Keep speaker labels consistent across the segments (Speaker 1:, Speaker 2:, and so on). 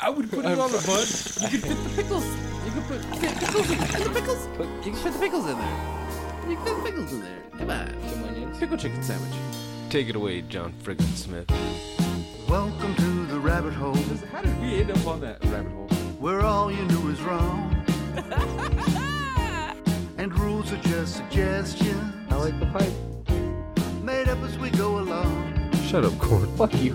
Speaker 1: I would put it on a bun. You could fit the pickles. You could put fit pickles in. Fit the pickles. Put, you can fit the pickles in there. You can fit the pickles in there. Come on.
Speaker 2: Some onions.
Speaker 1: Pickle chicken sandwich.
Speaker 3: Take it away, John Friggin Smith.
Speaker 4: Welcome to the rabbit hole
Speaker 1: How did we end up on that rabbit hole?
Speaker 4: where all you knew is wrong. and rules are just suggestions
Speaker 2: I like the pipe.
Speaker 4: made up as we go along.
Speaker 3: Shut up, Corn.
Speaker 2: Fuck you.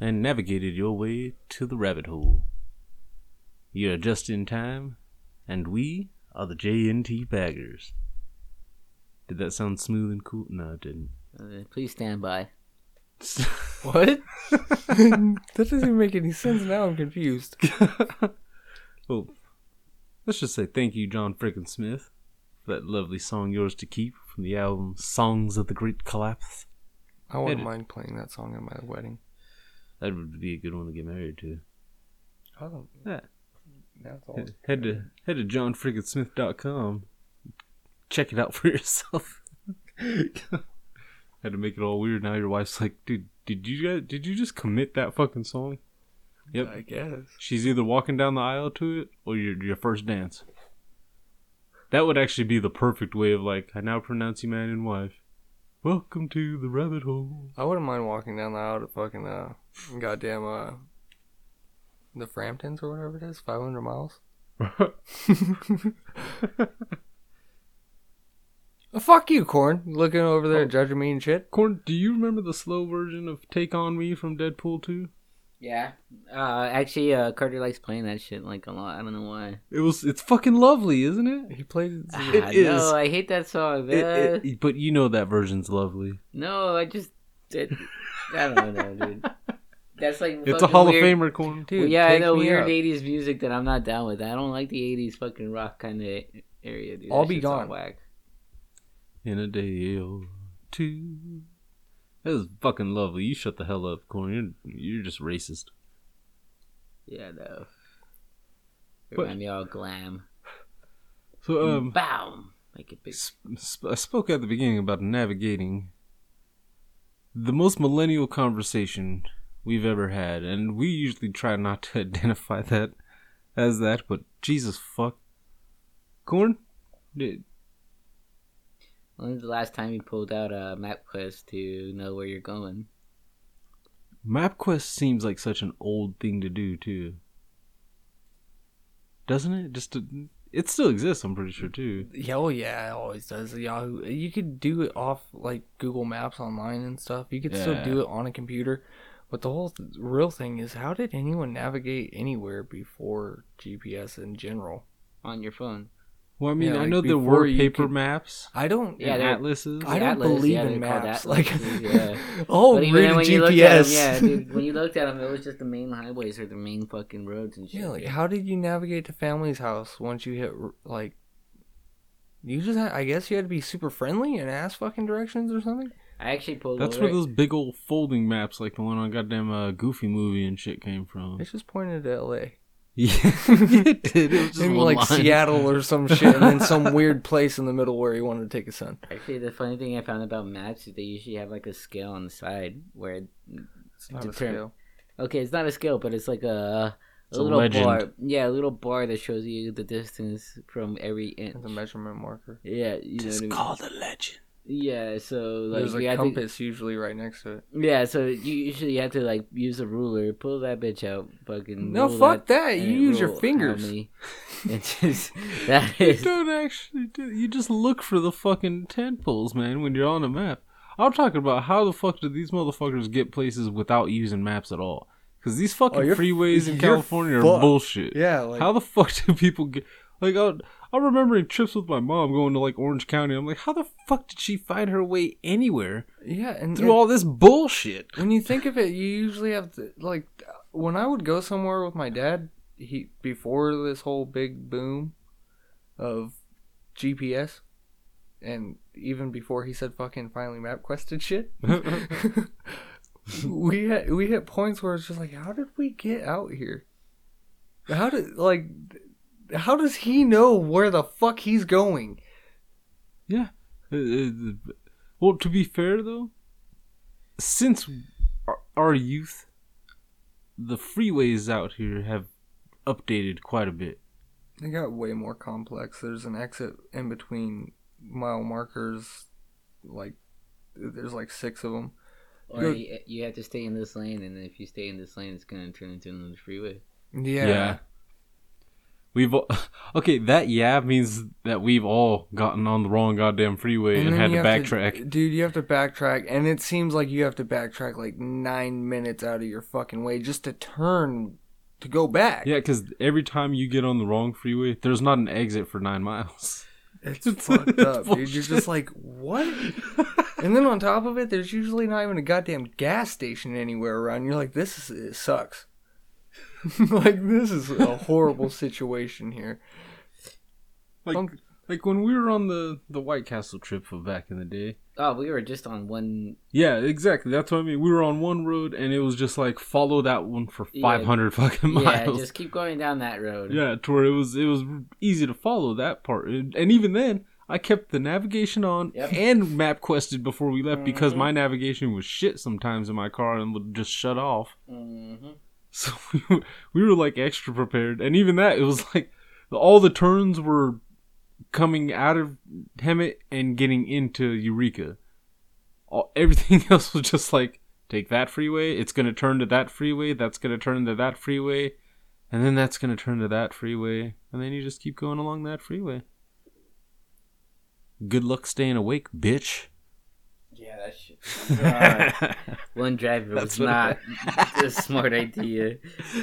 Speaker 1: and navigated your way to the rabbit hole. You are just in time, and we are the JNT Baggers. Did that sound smooth and cool? No, it didn't.
Speaker 5: Uh, please stand by.
Speaker 2: What? that doesn't even make any sense. Now I'm confused.
Speaker 1: Well, let's just say thank you, John Frickin' Smith, for that lovely song Yours to Keep from the album Songs of the Great Collapse.
Speaker 2: I wouldn't
Speaker 1: Edit.
Speaker 2: mind playing that song at my wedding.
Speaker 1: That would be a good one to get married to.
Speaker 2: I don't.
Speaker 1: Yeah.
Speaker 2: Now it's all.
Speaker 1: Head- Head to head to johnfrickinsmith.com. Check it out for yourself. Had to make it all weird. Now your wife's like, dude, did you guys, did you just commit that fucking song? Yep.
Speaker 2: I guess.
Speaker 1: She's either walking down the aisle to it or your your first dance. That would actually be the perfect way of like, I now pronounce you man and wife. Welcome to the rabbit hole.
Speaker 2: I wouldn't mind walking down the aisle to fucking uh, goddamn uh, the Framptons or whatever it is, 500 miles. Uh, Fuck you, corn. Looking over there, judging me and shit.
Speaker 1: Corn, do you remember the slow version of Take On Me from Deadpool 2?
Speaker 5: Yeah. Uh, actually, uh, Carter likes playing that shit like a lot. I don't know why.
Speaker 1: It was it's fucking lovely, isn't it?
Speaker 2: He plays.
Speaker 5: Ah,
Speaker 1: is.
Speaker 5: No, I hate that song.
Speaker 1: It-
Speaker 5: Uh,
Speaker 1: it- but you know that version's lovely.
Speaker 5: no, I just. It, I don't know, dude. That's like
Speaker 1: It's a
Speaker 5: fucking
Speaker 1: Hall
Speaker 5: weird-
Speaker 1: of Famer, Corn.
Speaker 2: Dude,
Speaker 5: yeah, I
Speaker 2: take
Speaker 5: know
Speaker 2: me
Speaker 5: weird
Speaker 2: up.
Speaker 5: '80s music that I'm not down with. I don't like the '80s fucking rock kind of area, dude.
Speaker 2: I'll
Speaker 5: That
Speaker 2: be
Speaker 5: shit's all
Speaker 2: gone.
Speaker 5: Whack.
Speaker 1: In a day or two. That was fucking lovely. You shut the hell up, Corn. You're, you're just racist.
Speaker 5: Yeah, no.
Speaker 1: But-
Speaker 5: Remind me all glam.
Speaker 1: So um,
Speaker 5: Bow. Make it big.
Speaker 1: sp- sp- I spoke at the beginning about navigating the most millennial conversation we've ever had, and we usually try not to identify that as that. But Jesus fuck, Corn. Did,
Speaker 5: When's the last time you pulled out a map quest to know where you're going?
Speaker 1: MapQuest seems like such an old thing to do too. Doesn't it? Just to, it still exists, I'm pretty sure too.
Speaker 2: Yeah, oh yeah, it always does. Yahoo. You could do it off like Google Maps online and stuff. You could still do
Speaker 1: Yeah.
Speaker 2: it on a computer. But the whole th- real thing is, how did anyone navigate anywhere before GPS in general?
Speaker 5: On your phone.
Speaker 1: Well, I mean,
Speaker 2: Yeah,
Speaker 1: I
Speaker 2: like,
Speaker 1: know there
Speaker 2: before
Speaker 1: were
Speaker 2: you
Speaker 1: paper
Speaker 2: could-
Speaker 1: maps
Speaker 2: I don't.
Speaker 5: Yeah,
Speaker 1: and
Speaker 5: they're-
Speaker 1: atlases.
Speaker 2: I
Speaker 5: The
Speaker 2: don't
Speaker 5: atlas,
Speaker 2: believe
Speaker 5: yeah,
Speaker 2: in
Speaker 5: they're called
Speaker 2: maps. Like,
Speaker 5: atlases, yeah.
Speaker 2: oh,
Speaker 5: But even
Speaker 2: read a
Speaker 5: when you looked at
Speaker 2: GPS.
Speaker 5: 'em, yeah, dude, when you looked at them, it was just the main highways or the main fucking roads and shit.
Speaker 2: Yeah, like how did you navigate to family's house once you hit r- like? You just, had, I guess, you had to be super friendly and ask fucking directions or something.
Speaker 5: I actually pulled
Speaker 1: That's
Speaker 5: over.
Speaker 1: where those big old folding maps, like the one on goddamn uh, Goofy movie and shit, came from.
Speaker 2: It's just pointed to L.A.
Speaker 1: Yeah, it did. It was just
Speaker 2: in
Speaker 1: one
Speaker 2: like
Speaker 1: line.
Speaker 2: Seattle or some shit, and then some weird place in the middle where he wanted to take his son.
Speaker 5: Actually, the funny thing I found about maps is they usually have like a scale on the side where
Speaker 2: It's not
Speaker 5: Deter-
Speaker 2: a scale.
Speaker 5: Okay, it's not a scale, but it's like a,
Speaker 1: It's
Speaker 5: a
Speaker 1: a
Speaker 5: little
Speaker 1: legend.
Speaker 5: bar. Yeah, a little bar that shows you the distance from every inch.
Speaker 2: It's a measurement marker.
Speaker 5: yeah, you know what I mean?
Speaker 1: a legend.
Speaker 5: Yeah, so like
Speaker 2: There's
Speaker 5: you
Speaker 2: a
Speaker 5: had to-
Speaker 2: compass usually right next to it.
Speaker 5: yeah, so you usually have to like use a ruler, pull that bitch out, fucking.
Speaker 2: No,
Speaker 5: roll
Speaker 2: fuck that.
Speaker 5: and
Speaker 2: You use your
Speaker 5: roll how
Speaker 2: fingers.
Speaker 5: many- It's just that
Speaker 1: You
Speaker 5: is
Speaker 1: don't actually do You just look for the fucking tent poles, man, when you're on a map. I'm talking about how the fuck do these motherfuckers get places without using maps at all? Because these fucking
Speaker 2: Oh, you're-
Speaker 1: freeways in
Speaker 2: you're
Speaker 1: California are
Speaker 2: fucked.
Speaker 1: bullshit.
Speaker 2: Yeah, like
Speaker 1: how the fuck do people get. Like, I, I'm remembering trips with my mom going to, like, Orange County. I'm like, how the fuck did she find her way anywhere
Speaker 2: yeah, and
Speaker 1: through all this bullshit?
Speaker 2: when you think of it, you usually have to like when I would go somewhere with my dad. He before this whole big boom of GPS, and even before he said fucking finally MapQuest and shit, we had, we hit points where it's just like, how did we get out here? How did like? How does he know where the fuck he's going?
Speaker 1: Uh, uh, Well, to be fair though, since our, our youth, the freeways out here have updated quite a bit.
Speaker 2: They got way more complex. There's an exit in between mile markers, like there's like six of them.
Speaker 5: Or
Speaker 2: Good.
Speaker 5: you, you have to stay in this lane, and if you stay in this lane, it's gonna turn into another freeway.
Speaker 2: Yeah.
Speaker 1: We've all, okay. That yeah means that we've all gotten on the wrong goddamn freeway and,
Speaker 2: then
Speaker 1: had
Speaker 2: you
Speaker 1: to
Speaker 2: have
Speaker 1: backtrack.
Speaker 2: dude. You have to backtrack, and it seems like you have to backtrack like nine minutes out of your fucking way just to turn to go back.
Speaker 1: Yeah, because every time you get on the wrong freeway, there's not an exit for nine miles.
Speaker 2: It's fucked up, dude. You're
Speaker 1: bullshit.
Speaker 2: just like, what? and then on top of it, there's usually not even a goddamn gas station anywhere around. You're like, this is it sucks. like this is a horrible situation here.
Speaker 1: Like,
Speaker 2: Um,
Speaker 1: like when we were on the the White Castle trip from back in the day.
Speaker 5: Oh, we were just on one.
Speaker 1: Yeah, exactly. That's what I mean. We were on one road, and it was just like follow that one for
Speaker 5: Yeah.
Speaker 1: five hundred fucking miles.
Speaker 5: Yeah, just keep going down that road.
Speaker 1: Yeah, to where it was it was easy to follow that part, and, and even then, I kept the navigation on
Speaker 5: Yep. Mm-hmm.
Speaker 1: and map quested before we left because my navigation was shit sometimes in my car and would just shut off.
Speaker 5: hmm
Speaker 1: So we were, we were like extra prepared, and even that it was like all the turns were coming out of Hemet and getting into Eureka. All, everything else was just like take that freeway, it's gonna turn to that freeway, that's gonna turn to that freeway, and then that's gonna turn to that freeway, and then you just keep going along that freeway. Good luck staying awake, bitch.
Speaker 5: Yeah, that shit. God. one driver
Speaker 1: That's what
Speaker 5: was not a smart idea.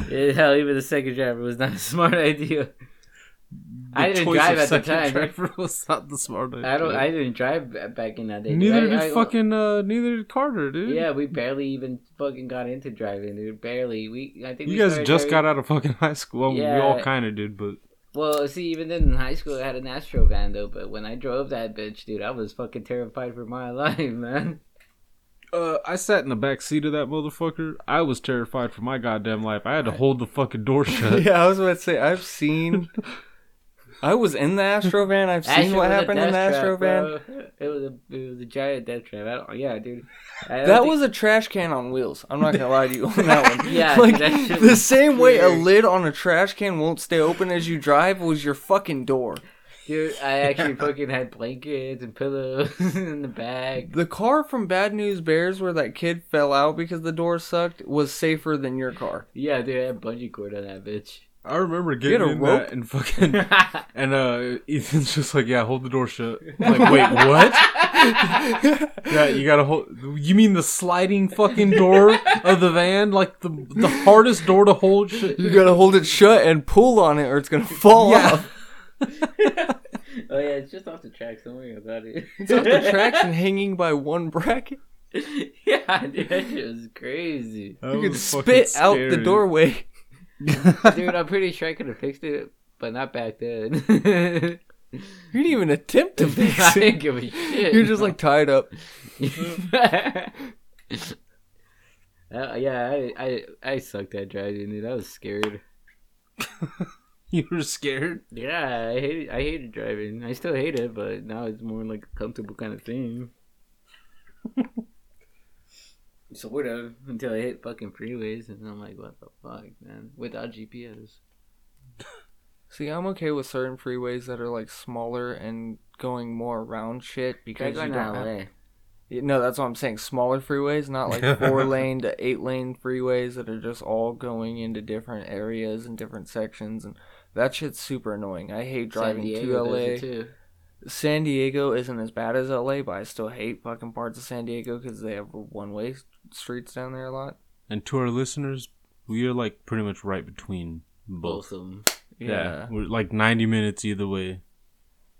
Speaker 5: Yeah, Hell, even the second driver was not a smart idea. I
Speaker 1: The
Speaker 5: didn't
Speaker 1: choice
Speaker 5: drive
Speaker 1: of
Speaker 5: at the
Speaker 1: second
Speaker 5: time.
Speaker 1: Driver was not the smart
Speaker 5: I don't.
Speaker 1: idea.
Speaker 5: I didn't drive b- back in that day. dude.
Speaker 1: Neither
Speaker 5: I-
Speaker 1: did
Speaker 5: I-
Speaker 1: fucking uh, neither did Carter, dude.
Speaker 5: Yeah, we barely even fucking got into driving, dude. Barely. We. I think
Speaker 1: You
Speaker 5: we
Speaker 1: guys
Speaker 5: started
Speaker 1: just
Speaker 5: driving-
Speaker 1: got out of fucking high school. Well, We
Speaker 5: Yeah.
Speaker 1: all kind of did, but
Speaker 5: Well, see, even then in high school, I had an Astro van though. But when I drove that bitch, dude, I was fucking terrified for my life, man.
Speaker 1: uh, I sat in the back seat of that motherfucker. I was terrified for my goddamn life. I had to hold the fucking door shut.
Speaker 2: yeah, I was about to say I've seen. I was in the Astro van. I've seen
Speaker 5: Astro
Speaker 2: what
Speaker 5: was a
Speaker 2: happened in the
Speaker 5: death
Speaker 2: Astro
Speaker 5: trap,
Speaker 2: van.
Speaker 5: bro. It was a it was a giant death trap. I don't, yeah, dude. I don't
Speaker 2: That
Speaker 5: think-
Speaker 2: was a trash can on wheels. I'm not gonna lie to you on that one.
Speaker 5: Yeah,
Speaker 2: like
Speaker 5: that shit
Speaker 2: the
Speaker 5: was
Speaker 2: same way a
Speaker 5: weird.
Speaker 2: lid on a trash can won't stay open as you drive was your fucking door.
Speaker 5: Dude, I actually fucking had blankets and pillows in the bag.
Speaker 2: The car from Bad News Bears where that kid fell out because the door sucked was safer than your car.
Speaker 5: Yeah, dude, I had bungee cord on that bitch.
Speaker 1: I remember
Speaker 2: had
Speaker 1: getting
Speaker 2: a
Speaker 1: in
Speaker 2: rope?
Speaker 1: that and fucking and uh, Ethan's just like, yeah, hold the door shut. I'm like, wait, what? yeah, you gotta hold. You mean the sliding fucking door of the van, like the the hardest door to hold? Shit.
Speaker 2: You gotta hold it shut and pull on it or it's gonna fall
Speaker 1: Yeah.
Speaker 2: off.
Speaker 5: oh yeah, it's just off the tracks. Don't worry about it.
Speaker 2: It's off the tracks and hanging by one bracket.
Speaker 5: yeah, dude, that shit was crazy.
Speaker 1: That
Speaker 2: You could
Speaker 1: was fucking
Speaker 2: spit out the
Speaker 1: scary.
Speaker 2: doorway.
Speaker 5: Dude, I'm pretty sure I could have fixed it, but not back then.
Speaker 2: You didn't even attempt to
Speaker 5: I
Speaker 2: fix
Speaker 5: didn't
Speaker 2: it.
Speaker 5: give a shit.
Speaker 2: You're just like tied up.
Speaker 5: Uh, yeah, I, I I sucked at driving, dude. I was scared.
Speaker 1: You were scared.
Speaker 5: Yeah, I hated I hated driving. I still hate it, but now it's more like a comfortable kind of thing. sort of until I hit fucking freeways, and I'm like, what the fuck, man? Without GPS.
Speaker 2: See, I'm okay with certain freeways that are like smaller and going more around shit
Speaker 5: Gotta
Speaker 2: because
Speaker 5: go
Speaker 2: you
Speaker 5: in
Speaker 2: don't have-
Speaker 5: LA.
Speaker 2: Yeah, No, that's what I'm saying. Smaller freeways, not like four lane to eight lane freeways that are just all going into different areas and different sections, and that shit's super annoying. I hate driving
Speaker 5: San
Speaker 2: to
Speaker 5: Diego does it
Speaker 2: LA.
Speaker 5: too.
Speaker 2: San Diego isn't as bad as LA, but I still hate fucking parts of San Diego because they have one way streets down there a lot.
Speaker 1: And to our listeners, we are like pretty much right between
Speaker 5: Both
Speaker 1: both.
Speaker 5: of them.
Speaker 1: Yeah. We're like 90 minutes either way.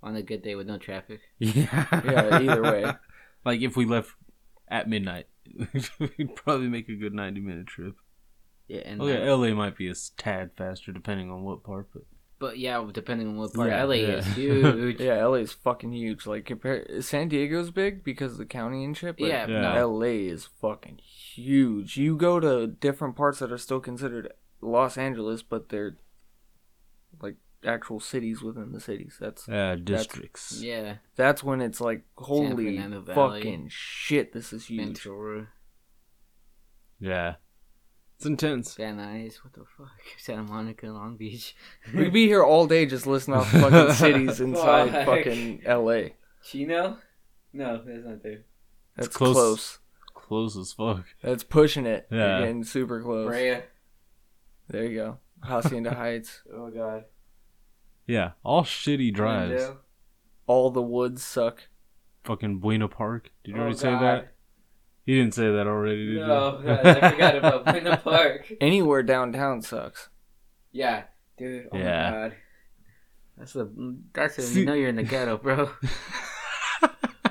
Speaker 5: On a good day with no traffic.
Speaker 1: Yeah.
Speaker 2: Yeah, either way.
Speaker 1: like if we left at midnight, we'd probably make a good 90 minute trip.
Speaker 5: Oh, Yeah, and
Speaker 1: Okay,
Speaker 5: like-
Speaker 1: LA might be a s- tad faster depending on what part, but
Speaker 5: but yeah, depending on what part.
Speaker 1: Yeah,
Speaker 5: LA
Speaker 1: yeah.
Speaker 5: is huge.
Speaker 2: Yeah, LA's fucking huge. Like compare San Diego's big because of the county and shit, but
Speaker 5: Yeah,
Speaker 1: Yeah.
Speaker 5: no.
Speaker 2: LA is fucking huge. You go to different parts that are still considered Los Angeles, but they're like actual cities within the cities. That's
Speaker 1: uh, districts.
Speaker 5: Yeah,
Speaker 2: that's when it's like holy
Speaker 5: Fernando Valley.
Speaker 2: fucking shit, this is huge.
Speaker 5: Ventura,
Speaker 1: yeah. It's intense.
Speaker 5: Van Nuys, what the fuck? Santa Monica, Long Beach.
Speaker 2: We'd be here all day just listing off fucking cities inside
Speaker 5: Fuck.
Speaker 2: fucking LA.
Speaker 5: Chino? No, that's not there.
Speaker 2: That's
Speaker 1: close.
Speaker 2: close.
Speaker 1: Close as fuck.
Speaker 2: That's pushing it.
Speaker 1: Yeah.
Speaker 2: You're getting super
Speaker 1: Oh.
Speaker 2: close.
Speaker 5: Brea.
Speaker 2: There you go. Hacienda Heights.
Speaker 5: Oh god.
Speaker 1: Yeah, all shitty drives.
Speaker 5: Orlando.
Speaker 2: All the woods suck.
Speaker 1: Fucking Buena Park. Did you
Speaker 5: Oh,
Speaker 1: already say
Speaker 5: God.
Speaker 1: that? You didn't say that already, did
Speaker 5: No,
Speaker 1: you?
Speaker 5: God, I forgot about Buena Park.
Speaker 2: Anywhere downtown sucks.
Speaker 5: Yeah, dude. Oh
Speaker 1: Yeah.
Speaker 5: my god. That's a that's a
Speaker 1: See-
Speaker 5: you know you're in the ghetto, bro.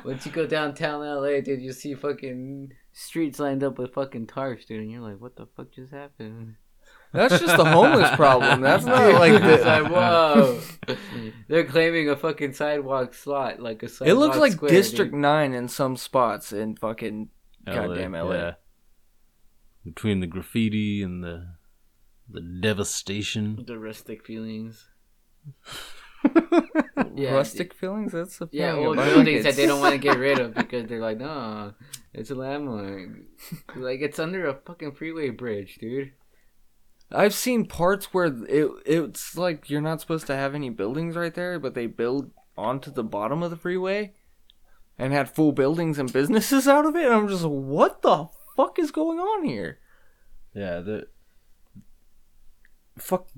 Speaker 5: Once you go downtown LA, dude, you see fucking streets lined up with fucking tarps, dude, and you're like, what the fuck just happened?
Speaker 2: That's just the homeless problem. That's not
Speaker 5: Yeah,
Speaker 2: like
Speaker 5: it's
Speaker 2: the,
Speaker 5: like, whoa. They're claiming a fucking sidewalk slot, like a sidewalk.
Speaker 2: it looks like
Speaker 5: square,
Speaker 2: District
Speaker 5: dude.
Speaker 2: Nine in some spots in fucking Goddamn LA.
Speaker 1: Between the graffiti and the the devastation.
Speaker 5: The rustic feelings.
Speaker 2: rustic feelings. That's the
Speaker 5: Yeah,
Speaker 2: feeling
Speaker 5: old
Speaker 2: about it.
Speaker 5: buildings that
Speaker 2: It's-
Speaker 5: they don't want to get rid of because they're like, no, it's a landmark. like it's under a fucking freeway bridge, dude.
Speaker 2: I've seen parts where it it's like you're not supposed to have any buildings right there, but they build onto the bottom of the freeway, and had full buildings and businesses out of it. And I'm just, what the fuck is going on here?
Speaker 1: Yeah, the fuck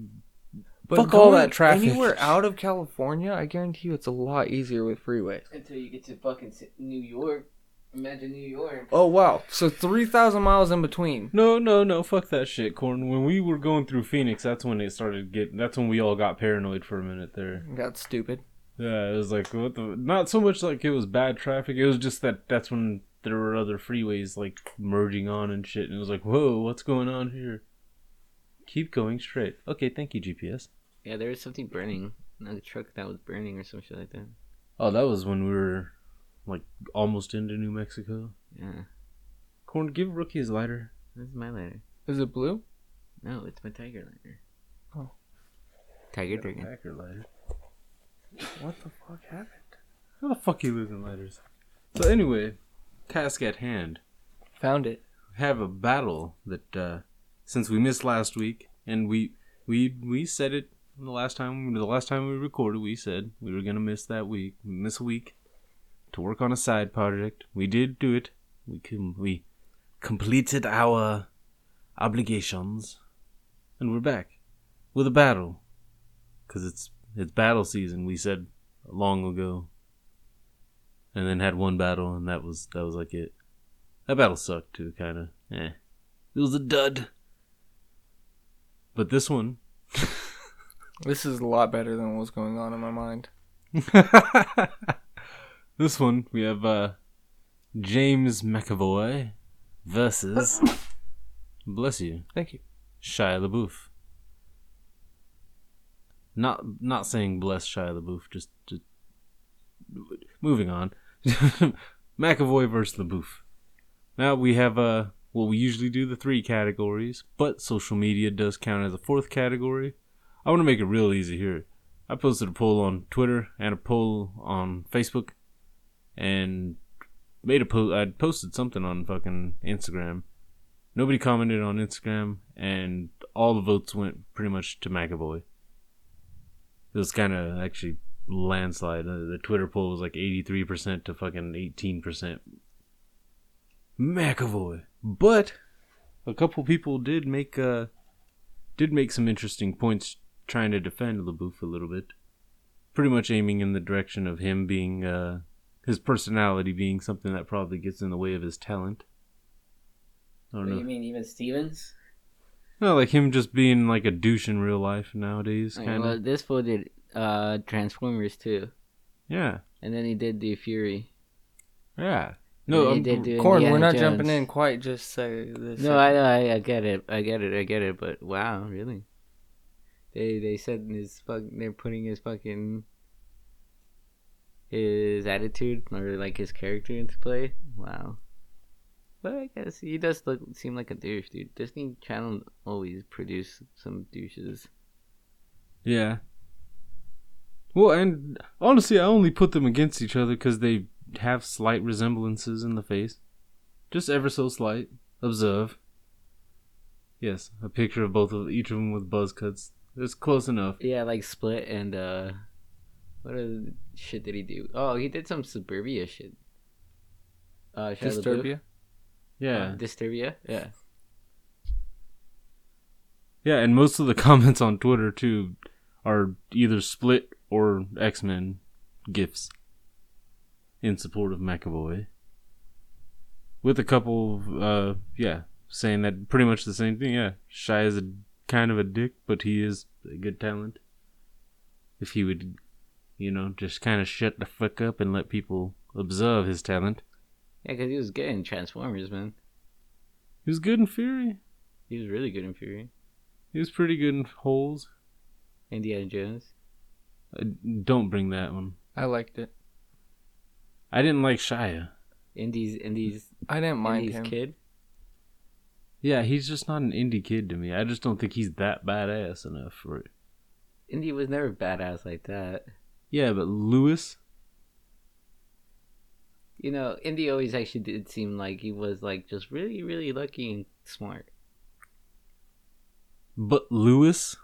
Speaker 2: But
Speaker 1: Fuck all
Speaker 2: going
Speaker 1: that traffic.
Speaker 2: Anywhere out of California, I guarantee you, it's a lot easier with freeways.
Speaker 5: Until you get to fucking New York. Imagine New York.
Speaker 2: Oh wow! So three thousand miles in between.
Speaker 1: No, no, no, fuck that shit, Corn. When we were going through Phoenix, that's when it started getting that's when we all got paranoid for a minute there.
Speaker 2: That's stupid.
Speaker 1: Yeah, it was like what the not so much like it was bad traffic, it was just that that's when there were other freeways like merging on and shit and it was like, Whoa, what's going on here? Keep going straight. Okay, thank you, GPS.
Speaker 5: Yeah, there was something burning. Another truck that was burning or some shit like that.
Speaker 1: Oh, that was when we were like almost into New Mexico.
Speaker 5: Yeah.
Speaker 1: Corn, give Rookie his lighter.
Speaker 5: This is my lighter.
Speaker 2: Is it blue?
Speaker 5: No, it's my tiger lighter.
Speaker 2: Oh.
Speaker 5: Tiger dragon.
Speaker 1: Packer lighter.
Speaker 2: What the fuck happened?
Speaker 1: How the fuck you losing lighters? So anyway, task at hand.
Speaker 2: Found it.
Speaker 1: have a battle that uh, since we missed last week and we we we said it the last time the last time we recorded we said we were gonna miss that week miss a week to work on a side project we did do it we com- we completed our obligations and we're back with a battle because it's it's battle season we said long ago and then had one battle and that was that was like it that battle sucked too, kind of. Eh. It was a dud. But this one.
Speaker 2: This is a lot better than what's going on in my mind.
Speaker 1: this one, we have uh, James McAvoy versus. bless you.
Speaker 2: Thank you.
Speaker 1: Shia LaBeouf. Not not saying bless Shia LaBeouf, just, just moving on. McAvoy versus LaBeouf. Now we have uh well we usually do the three categories, but social media does count as a fourth category. I want to make it real easy here. I posted a poll on Twitter and a poll on Facebook, and made a post. I posted something on fucking Instagram, nobody commented on Instagram, and all the votes went pretty much to McAvoy. it was kind of actually landslide. Uh, the Twitter poll was like 83% to fucking 18%. McAvoy. But a couple people did make uh did make some interesting points trying to defend LaBouffe a little bit. Pretty much aiming in the direction of him being uh his personality being something that probably gets in the way of his talent. I
Speaker 5: What
Speaker 1: don't
Speaker 5: do
Speaker 1: know.
Speaker 5: you mean, even Stevens?
Speaker 1: No, like him just being like a douche in real life nowadays,
Speaker 5: Like,
Speaker 1: kind of.
Speaker 5: well, this fool did uh, Transformers too,
Speaker 1: Yeah,
Speaker 5: and then he did the Fury.
Speaker 1: yeah.
Speaker 5: and
Speaker 1: No,
Speaker 5: then
Speaker 1: I'm-
Speaker 5: he did do
Speaker 2: Corn, um,
Speaker 5: Indiana
Speaker 2: we're not
Speaker 5: Jones.
Speaker 2: jumping in quite just say this.
Speaker 5: No, I, I I get it, I get it, I get it. But wow, really? They they said in his fuck, they're putting his fucking his attitude or like his character into play. Wow. But I guess he does look seem like a douche, dude. Disney Channel always produce some douches.
Speaker 1: Yeah. Well, and honestly, I only put them against each other because they have slight resemblances in the face. Just ever so slight. Observe. Yes, a picture of both of each of them with buzz cuts. It's close enough.
Speaker 5: Yeah, like Split and uh, what other shit did he do? Oh, he did some suburbia shit. Uh, Shia LaBeouf?
Speaker 2: Disturbia.
Speaker 1: Yeah.
Speaker 5: Uh, Disturbia. Yeah.
Speaker 1: Yeah, and most of the comments on Twitter, too, are either Split or X Men gifts in support of McAvoy. With a couple, uh, yeah, saying that pretty much the same thing. Yeah, Shy is a kind of a dick, but he is a good talent. If he would, you know, just kind of shut the fuck up and let people observe his talent.
Speaker 5: Yeah, because he was good in Transformers, man.
Speaker 1: He was good in Fury.
Speaker 5: He was really good in Fury.
Speaker 1: He was pretty good in Holes.
Speaker 5: Indiana Jones.
Speaker 1: Uh, don't bring that one.
Speaker 2: I liked it.
Speaker 1: I didn't like Shia.
Speaker 5: Indy's Indy's
Speaker 2: I didn't mind
Speaker 5: Indy's
Speaker 2: him.
Speaker 5: kid.
Speaker 1: Yeah, he's just not an indie kid to me. I just don't think he's that badass enough for it.
Speaker 5: Indy was never badass like that.
Speaker 1: Yeah, but Lewis,
Speaker 5: You know, Indy always actually did seem like he was like just really, really lucky and smart.
Speaker 1: but Lewis,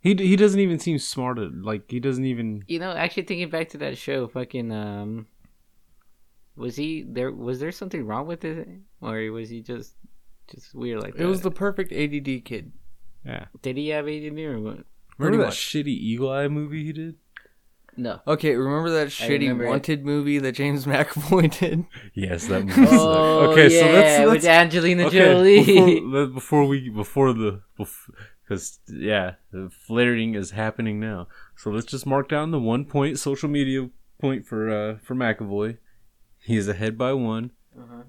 Speaker 1: he d- he doesn't even seem smart. at- Like he doesn't even.
Speaker 5: You know, actually thinking back to that show, fucking um, was he there? Was there something wrong with it, or was he just just weird like that?
Speaker 2: It was the perfect ADD kid.
Speaker 1: Yeah.
Speaker 5: did he have ADD or what?
Speaker 2: Pretty
Speaker 1: Remember that
Speaker 2: much.
Speaker 1: shitty Eagle Eye movie he did?
Speaker 5: No.
Speaker 2: Okay, remember that shitty
Speaker 5: remember it.
Speaker 2: Wanted movie that James McAvoy did?
Speaker 1: Yes, that movie.
Speaker 5: Oh,
Speaker 1: okay,
Speaker 5: yeah,
Speaker 1: so that's,
Speaker 5: with Angelina Jolie.
Speaker 1: Before, that- before we before the because yeah, the flaring is happening now. So let's just mark down the one point social media point for uh, for McAvoy. He is ahead by one.
Speaker 5: Uh-huh.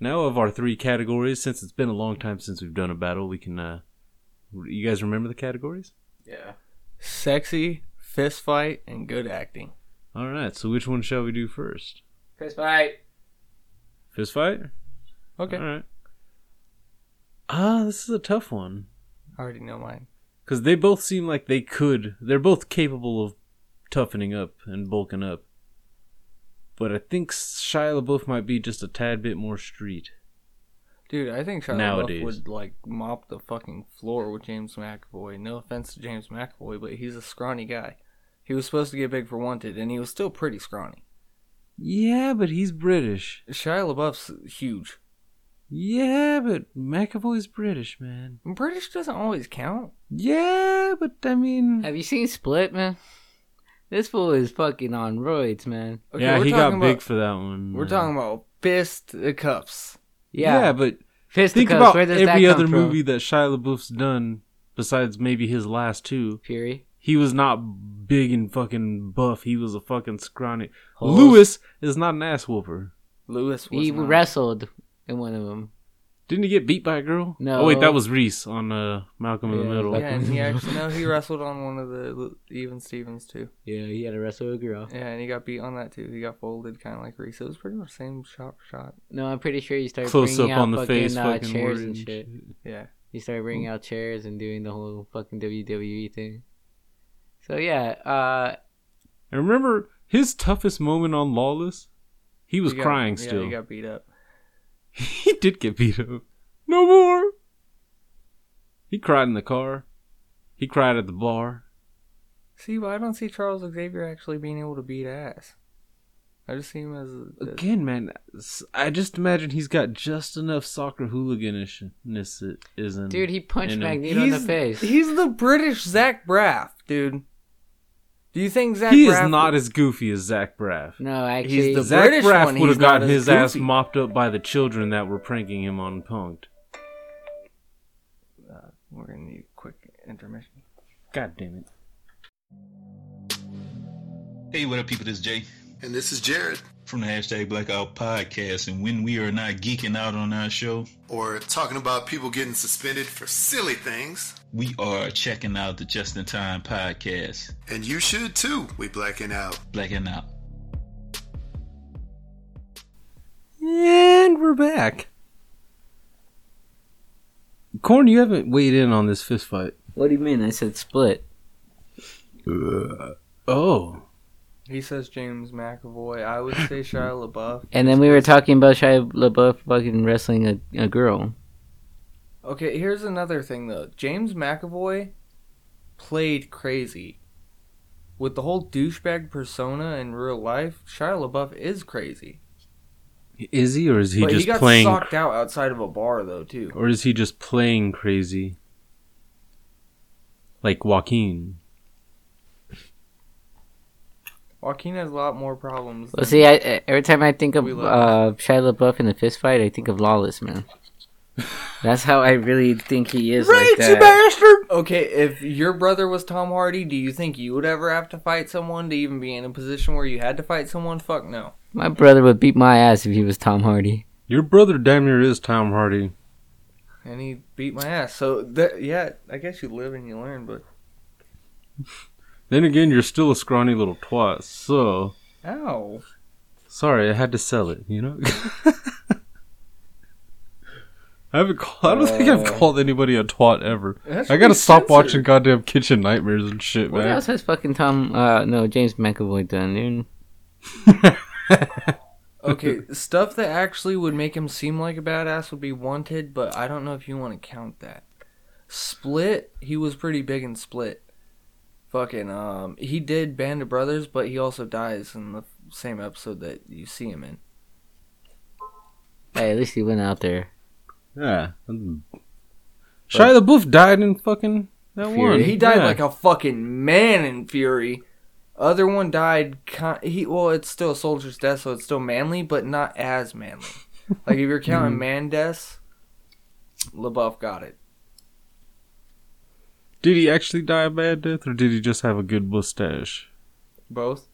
Speaker 1: Now of our three categories, since it's been a long time since we've done a battle, we can. Uh, you guys remember the categories?
Speaker 5: Yeah.
Speaker 2: Sexy, fist fight, and good acting.
Speaker 1: All right. So which one shall we do first?
Speaker 5: Fist fight.
Speaker 1: Fist fight.
Speaker 2: Okay,
Speaker 1: All right. Ah, this is a tough one.
Speaker 2: I already know mine.
Speaker 1: because they both seem like they could. They're both capable of toughening up and bulking up. But I think Shia LaBeouf might be just a tad bit more street.
Speaker 2: Dude, I think Shia
Speaker 1: Nowadays.
Speaker 2: LaBeouf would like mop the fucking floor with James McAvoy. No offense to James McAvoy, but he's a scrawny guy. He was supposed to get big for Wanted, and he was still pretty scrawny.
Speaker 1: Yeah, but he's British.
Speaker 2: Shia LaBeouf's huge.
Speaker 1: Yeah, but McAvoy's British, man.
Speaker 2: British doesn't always count.
Speaker 1: Yeah, but I mean,
Speaker 5: Have you seen Split, man? This fool is fucking on roids, man.
Speaker 2: Okay,
Speaker 1: yeah,
Speaker 2: we're
Speaker 1: he got
Speaker 2: talking
Speaker 1: big
Speaker 2: about-
Speaker 1: for that one.
Speaker 2: We're
Speaker 1: man.
Speaker 2: talking about fist uh, cuffs.
Speaker 1: Yeah,
Speaker 5: Yeah,
Speaker 1: but
Speaker 5: Fist
Speaker 1: think
Speaker 5: of Cuffs,
Speaker 1: about
Speaker 5: where does that
Speaker 1: every
Speaker 5: come
Speaker 1: other
Speaker 5: from?
Speaker 1: movie that Shia LaBeouf's done, besides maybe his last two.
Speaker 5: Fury.
Speaker 1: He was not big and fucking buff. He was a fucking scrawny.
Speaker 5: Holes.
Speaker 1: Lewis is not an ass whooper.
Speaker 2: Lewis was
Speaker 5: He
Speaker 2: not.
Speaker 5: wrestled in one of them.
Speaker 1: Didn't he get beat by a girl?
Speaker 5: No.
Speaker 1: Oh wait, that was Reese on uh, Malcolm in
Speaker 5: Yeah,
Speaker 1: the Middle.
Speaker 2: Yeah, and he actually no, he wrestled on one of the even Stevens too.
Speaker 5: Yeah, he had to wrestle a girl.
Speaker 2: Yeah, and he got beat on that too. He got folded, kind of like Reese. It was pretty much same shot for shot.
Speaker 5: No, I'm pretty sure he started
Speaker 1: Close up
Speaker 5: bringing out
Speaker 1: on the
Speaker 5: fucking,
Speaker 1: face,
Speaker 5: uh,
Speaker 1: fucking
Speaker 5: chairs
Speaker 1: word and
Speaker 5: and shit.
Speaker 2: Yeah,
Speaker 5: He started bringing out chairs and doing the whole fucking WWE thing. So yeah, uh,
Speaker 1: And remember his toughest moment on Lawless? He was
Speaker 2: got-
Speaker 1: crying
Speaker 2: yeah,
Speaker 1: still.
Speaker 2: he got beat up.
Speaker 1: he did get beat up. No more. He cried in the car. He cried at the bar.
Speaker 2: See, but I don't see Charles Xavier actually being able to beat ass. I just see him as a, a-
Speaker 1: Again, man, s- I just imagine he's got just enough soccer hooliganishness. It isn't,
Speaker 5: Dude, he punched
Speaker 1: And, um,
Speaker 5: Magneto in the
Speaker 2: He's-
Speaker 5: face.
Speaker 2: He's the British Zach Braff, dude. Do you think Zach
Speaker 1: He
Speaker 2: Braff
Speaker 1: is not as goofy as Zach Braff.
Speaker 5: no, actually,
Speaker 2: He's the
Speaker 1: Zach
Speaker 2: British
Speaker 1: Braff
Speaker 2: one,
Speaker 1: would
Speaker 2: he's
Speaker 1: have
Speaker 2: not
Speaker 1: got
Speaker 2: as
Speaker 1: his ass
Speaker 2: goofy.
Speaker 1: mopped up by the children that were pranking him on Punked.
Speaker 2: Uh, We're gonna need a quick intermission.
Speaker 1: God damn it.
Speaker 6: Hey, what up, people? This is Jay
Speaker 7: And this is Jared,
Speaker 6: from the hashtag Blackout Podcast. And when we are not geeking out on our show,
Speaker 7: or talking about people getting suspended for silly things.
Speaker 6: we are checking out the Just in Time Podcast.
Speaker 7: And you should too. We blacking out.
Speaker 6: Blacking out.
Speaker 1: And we're back. Corn, you haven't weighed in on this fist fight.
Speaker 5: What do you mean? I said split.
Speaker 1: Oh.
Speaker 2: He says James McAvoy. I would say Shia LaBeouf.
Speaker 5: And then we were talking about Shia LaBeouf fucking wrestling a, a girl.
Speaker 2: Okay, here's another thing though. James McAvoy played crazy. With the whole douchebag persona in real life, Shia LaBeouf is crazy.
Speaker 1: Is he or is he
Speaker 2: but
Speaker 1: just
Speaker 2: he got
Speaker 1: playing
Speaker 2: socked out outside of a bar though too.
Speaker 1: or is he just playing crazy? Like Joaquin.
Speaker 2: Joaquin has a lot more problems.
Speaker 5: Well,
Speaker 2: than-
Speaker 5: see, I- I, every time I think of
Speaker 2: We
Speaker 5: uh,
Speaker 2: love-
Speaker 5: Shia LaBeouf in a fist fight, I think of Lawless, man. That's how I really think he is. like that.
Speaker 1: bastard!
Speaker 2: okay, if your brother was Tom Hardy, do you think you would ever have to fight someone to even be in a position where you had to fight someone? Fuck no.
Speaker 5: My brother would beat my ass if he was Tom Hardy.
Speaker 1: Your brother damn near is Tom Hardy.
Speaker 2: And he beat my ass. So that yeah, I guess you live and you learn, but
Speaker 1: Then again, you're still a scrawny little twat, so.
Speaker 2: ow.
Speaker 1: Sorry, I had to sell it, you know? I haven't called, I don't think I've
Speaker 2: Uh,
Speaker 1: called anybody a twat ever.
Speaker 2: That's
Speaker 1: I gotta
Speaker 2: pretty
Speaker 1: stop
Speaker 2: censored.
Speaker 1: watching goddamn kitchen nightmares and shit,
Speaker 5: What
Speaker 1: man.
Speaker 5: else has fucking Tom? Uh, no, James McAvoy done, dude.
Speaker 2: Okay, stuff that actually would make him seem like a badass would be wanted, but I don't know if you want to count that. Split, he was pretty big in Split. Fucking, um, he did Band of Brothers, but he also dies in the same episode that you see him in.
Speaker 5: Hey, at least he went out there.
Speaker 1: Yeah. Shia LaBeouf died in fucking that
Speaker 5: Fury.
Speaker 1: one.
Speaker 2: He died
Speaker 1: Hmm, Yeah.
Speaker 2: like a fucking man in Fury. Other one died. Con- he well, it's still a soldier's death, so it's still manly, but not as manly. like if you're counting man deaths, LaBeouf got it.
Speaker 1: Did he actually die a bad death, or did he just have a good mustache?
Speaker 2: Both.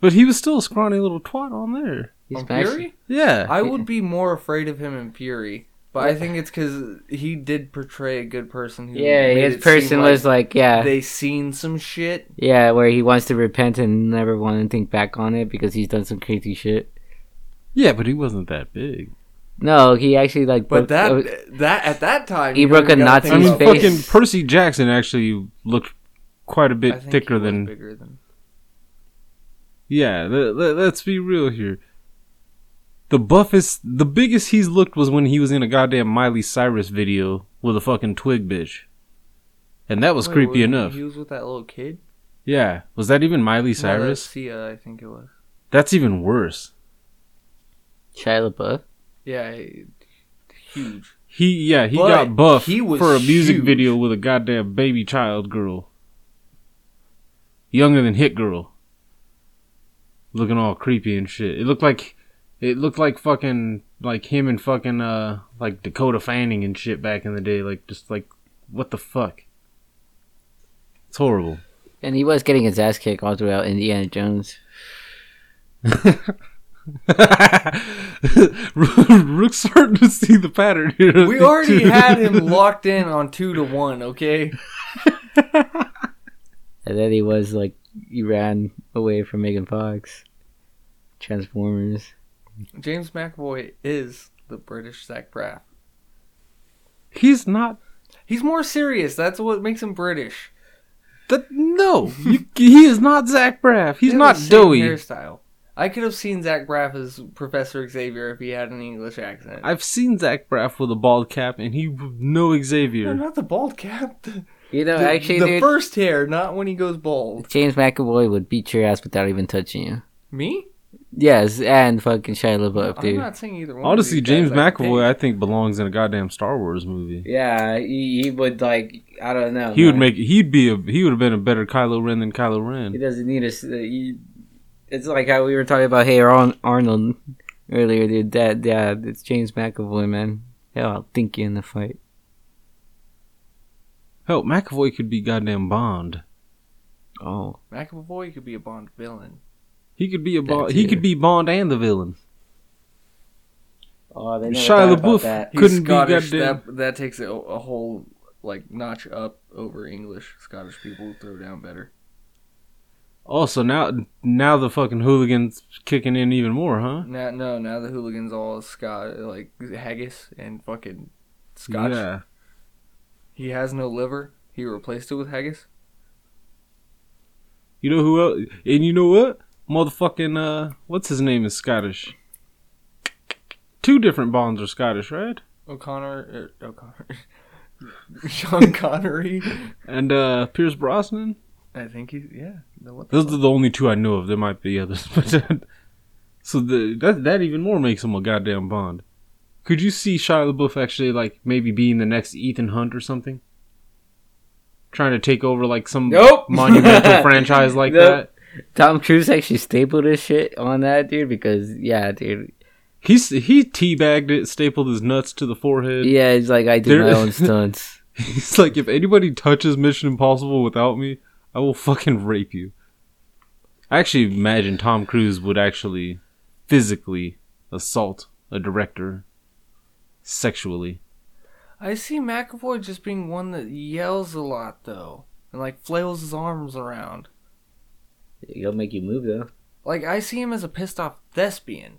Speaker 1: But he was still a scrawny little twat on there.
Speaker 5: He's
Speaker 2: On
Speaker 5: actually-
Speaker 2: Fury.
Speaker 1: Yeah.
Speaker 2: I would be more afraid of him in Fury, but I think it's because he did portray a good person. Who
Speaker 5: Yeah,
Speaker 2: made
Speaker 5: his
Speaker 2: it seem
Speaker 5: person was uh, like, yeah,
Speaker 2: they seen some shit.
Speaker 5: yeah, where he wants to repent and never want to think back on it because he's done some crazy shit.
Speaker 1: yeah, but he wasn't that big.
Speaker 5: No, he actually like,
Speaker 2: But
Speaker 5: broke-
Speaker 2: that
Speaker 5: uh,
Speaker 2: that at that time
Speaker 5: He
Speaker 2: you
Speaker 5: broke a
Speaker 2: gotta
Speaker 5: Nazi
Speaker 2: think
Speaker 1: I mean,
Speaker 2: about-
Speaker 5: face.
Speaker 1: fucking Percy Jackson actually looked quite a
Speaker 2: I
Speaker 1: bit
Speaker 2: think he
Speaker 1: thicker
Speaker 2: was
Speaker 1: than.
Speaker 2: bigger than
Speaker 1: Yeah, let, let, let's be real here. The buffest, the biggest he's looked was when he was in a goddamn Miley Cyrus video with a fucking twig bitch, and that was
Speaker 2: Wait,
Speaker 1: creepy
Speaker 2: wasn't
Speaker 1: enough.
Speaker 2: He was with that little kid.
Speaker 1: Yeah, was that even Miley
Speaker 2: No, that's
Speaker 1: Cyrus?
Speaker 2: Sia, I think it was.
Speaker 1: That's even worse.
Speaker 5: Shia LaBeouf.
Speaker 2: Yeah, he- huge.
Speaker 1: He yeah he
Speaker 2: But
Speaker 1: got buffed
Speaker 2: he was
Speaker 1: for a music
Speaker 2: huge.
Speaker 1: video with a goddamn baby child girl, younger than Hit Girl, looking all creepy and shit. It looked like it looked like fucking like him and fucking uh like Dakota Fanning and shit back in the day. Like just like what the fuck? It's horrible.
Speaker 5: And he was getting his ass kicked all throughout Indiana Jones.
Speaker 1: Rook's starting to see the pattern here.
Speaker 2: We already had him locked in on two to one. Okay,
Speaker 5: And then he was like, he ran away from Megan Fox. Transformers.
Speaker 2: James McAvoy is the British Zach Braff.
Speaker 1: He's not
Speaker 2: He's more serious. That's what makes him British.
Speaker 1: That, no, you, he is not Zach Braff. He's
Speaker 2: They have
Speaker 1: not
Speaker 2: the same
Speaker 1: doughy.
Speaker 2: Hairstyle. I could have seen Zach Braff as Professor Xavier if he had an English accent.
Speaker 1: I've seen Zach Braff with a bald cap, and he no
Speaker 2: no,
Speaker 1: Xavier.
Speaker 2: not the bald cap.
Speaker 5: You know, actually,
Speaker 2: the
Speaker 5: dude,
Speaker 2: first hair, not when he goes bald.
Speaker 5: James McAvoy would beat your ass without even touching you.
Speaker 2: Me?
Speaker 5: Yes, and fucking Shia LaBeouf,
Speaker 2: I'm
Speaker 5: dude.
Speaker 2: not saying either one. of
Speaker 1: Honestly,
Speaker 2: these guys,
Speaker 1: James
Speaker 2: I think.
Speaker 1: McAvoy, I think belongs in a goddamn Star Wars movie.
Speaker 5: Yeah, he, he would like I don't know.
Speaker 1: He would
Speaker 5: man.
Speaker 1: make he'd be a he would have been a better Kylo Ren than Kylo
Speaker 5: He
Speaker 1: Ren.
Speaker 5: doesn't need us. Uh, he, it's like how we were talking about Hey Arn- Arnold earlier, dude. That yeah, it's James McAvoy, man. Hell, I'll think you in the fight.
Speaker 1: Hell, McAvoy could be goddamn Bond.
Speaker 5: Oh,
Speaker 2: McAvoy could be a Bond villain.
Speaker 1: He could be a
Speaker 5: That
Speaker 1: Bond. He
Speaker 5: too.
Speaker 1: could be Bond and the villain.
Speaker 5: oh, they
Speaker 1: never Shia thought about LaBeouf. that.
Speaker 2: He's
Speaker 1: Couldn't be
Speaker 2: Scottish.
Speaker 1: goddamn-
Speaker 2: That, that takes a, a whole like notch up over English. Scottish people throw down better.
Speaker 1: Also, now now the fucking hooligans kicking in even more, huh?
Speaker 2: Now, no, now the hooligans all Scot like haggis and fucking Scotch.
Speaker 1: Yeah.
Speaker 2: He has no liver. He replaced it with haggis.
Speaker 1: You know who else? And you know what? Motherfucking uh, what's his name is Scottish. Two different Bonds are Scottish, right?
Speaker 2: O'Connor, er, O'Connor, Sean Connery.
Speaker 1: And uh, Pierce Brosnan.
Speaker 2: I think he's yeah. The, what the
Speaker 1: Those
Speaker 2: fuck?
Speaker 1: are the only two I know of. There might be others, but uh, so the, that that even more makes him a goddamn Bond. Could you see Shia LaBeouf actually like maybe being the next Ethan Hunt or something? Trying to take over like some
Speaker 5: Nope.
Speaker 1: monumental franchise like
Speaker 5: Nope.
Speaker 1: that.
Speaker 5: Tom Cruise actually stapled his shit on that dude because yeah, dude.
Speaker 1: He's he teabagged it, stapled his nuts to the forehead.
Speaker 5: Yeah, it's like I do
Speaker 1: There-
Speaker 5: my own stunts.
Speaker 1: He's like, if anybody touches Mission Impossible without me, I will fucking rape you. I actually imagine Tom Cruise would actually physically assault a director sexually.
Speaker 2: I see McAvoy just being one that yells a lot though, and like flails his arms around.
Speaker 5: He'll make you move though.
Speaker 2: Like I see him as a pissed off thespian,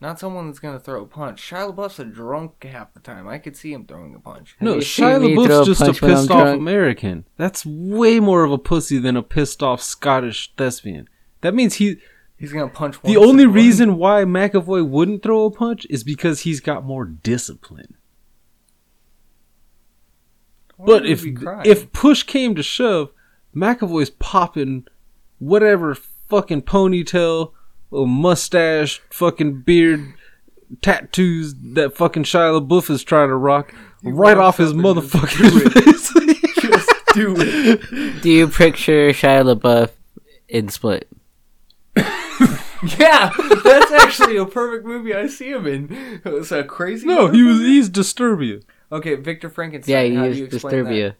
Speaker 2: not someone that's gonna throw a punch. Shia LaBeouf's a drunk half the time. I could see him throwing a punch.
Speaker 1: No,
Speaker 5: you
Speaker 1: Shia
Speaker 5: seen me throw
Speaker 1: LaBeouf's
Speaker 5: a
Speaker 1: just a
Speaker 5: punch when I'm
Speaker 1: pissed off
Speaker 5: drunk?
Speaker 1: American. That's way more of a pussy than a pissed off Scottish thespian. That means he.
Speaker 2: He's gonna punch.
Speaker 1: The
Speaker 2: once
Speaker 1: only
Speaker 2: and run.
Speaker 1: reason why McAvoy wouldn't throw a punch is because he's got more discipline.
Speaker 2: Why
Speaker 1: But
Speaker 2: would
Speaker 1: if
Speaker 2: he be crying?
Speaker 1: if push came to shove, McAvoy's popping whatever fucking ponytail or mustache, fucking beard, tattoos that fucking Shia LaBeouf is trying to rock right
Speaker 2: walks
Speaker 1: off his
Speaker 2: up and just
Speaker 1: motherfucking face.
Speaker 2: just do it,
Speaker 5: Do you picture Shia LaBeouf in Split?
Speaker 2: yeah, that's actually a perfect movie. I see him in. It's a crazy.
Speaker 1: no, he was he's Disturbia.
Speaker 2: okay. Victor Frankenstein.
Speaker 5: Yeah, he
Speaker 2: how
Speaker 5: is
Speaker 2: do you explain that?
Speaker 5: Disturbia.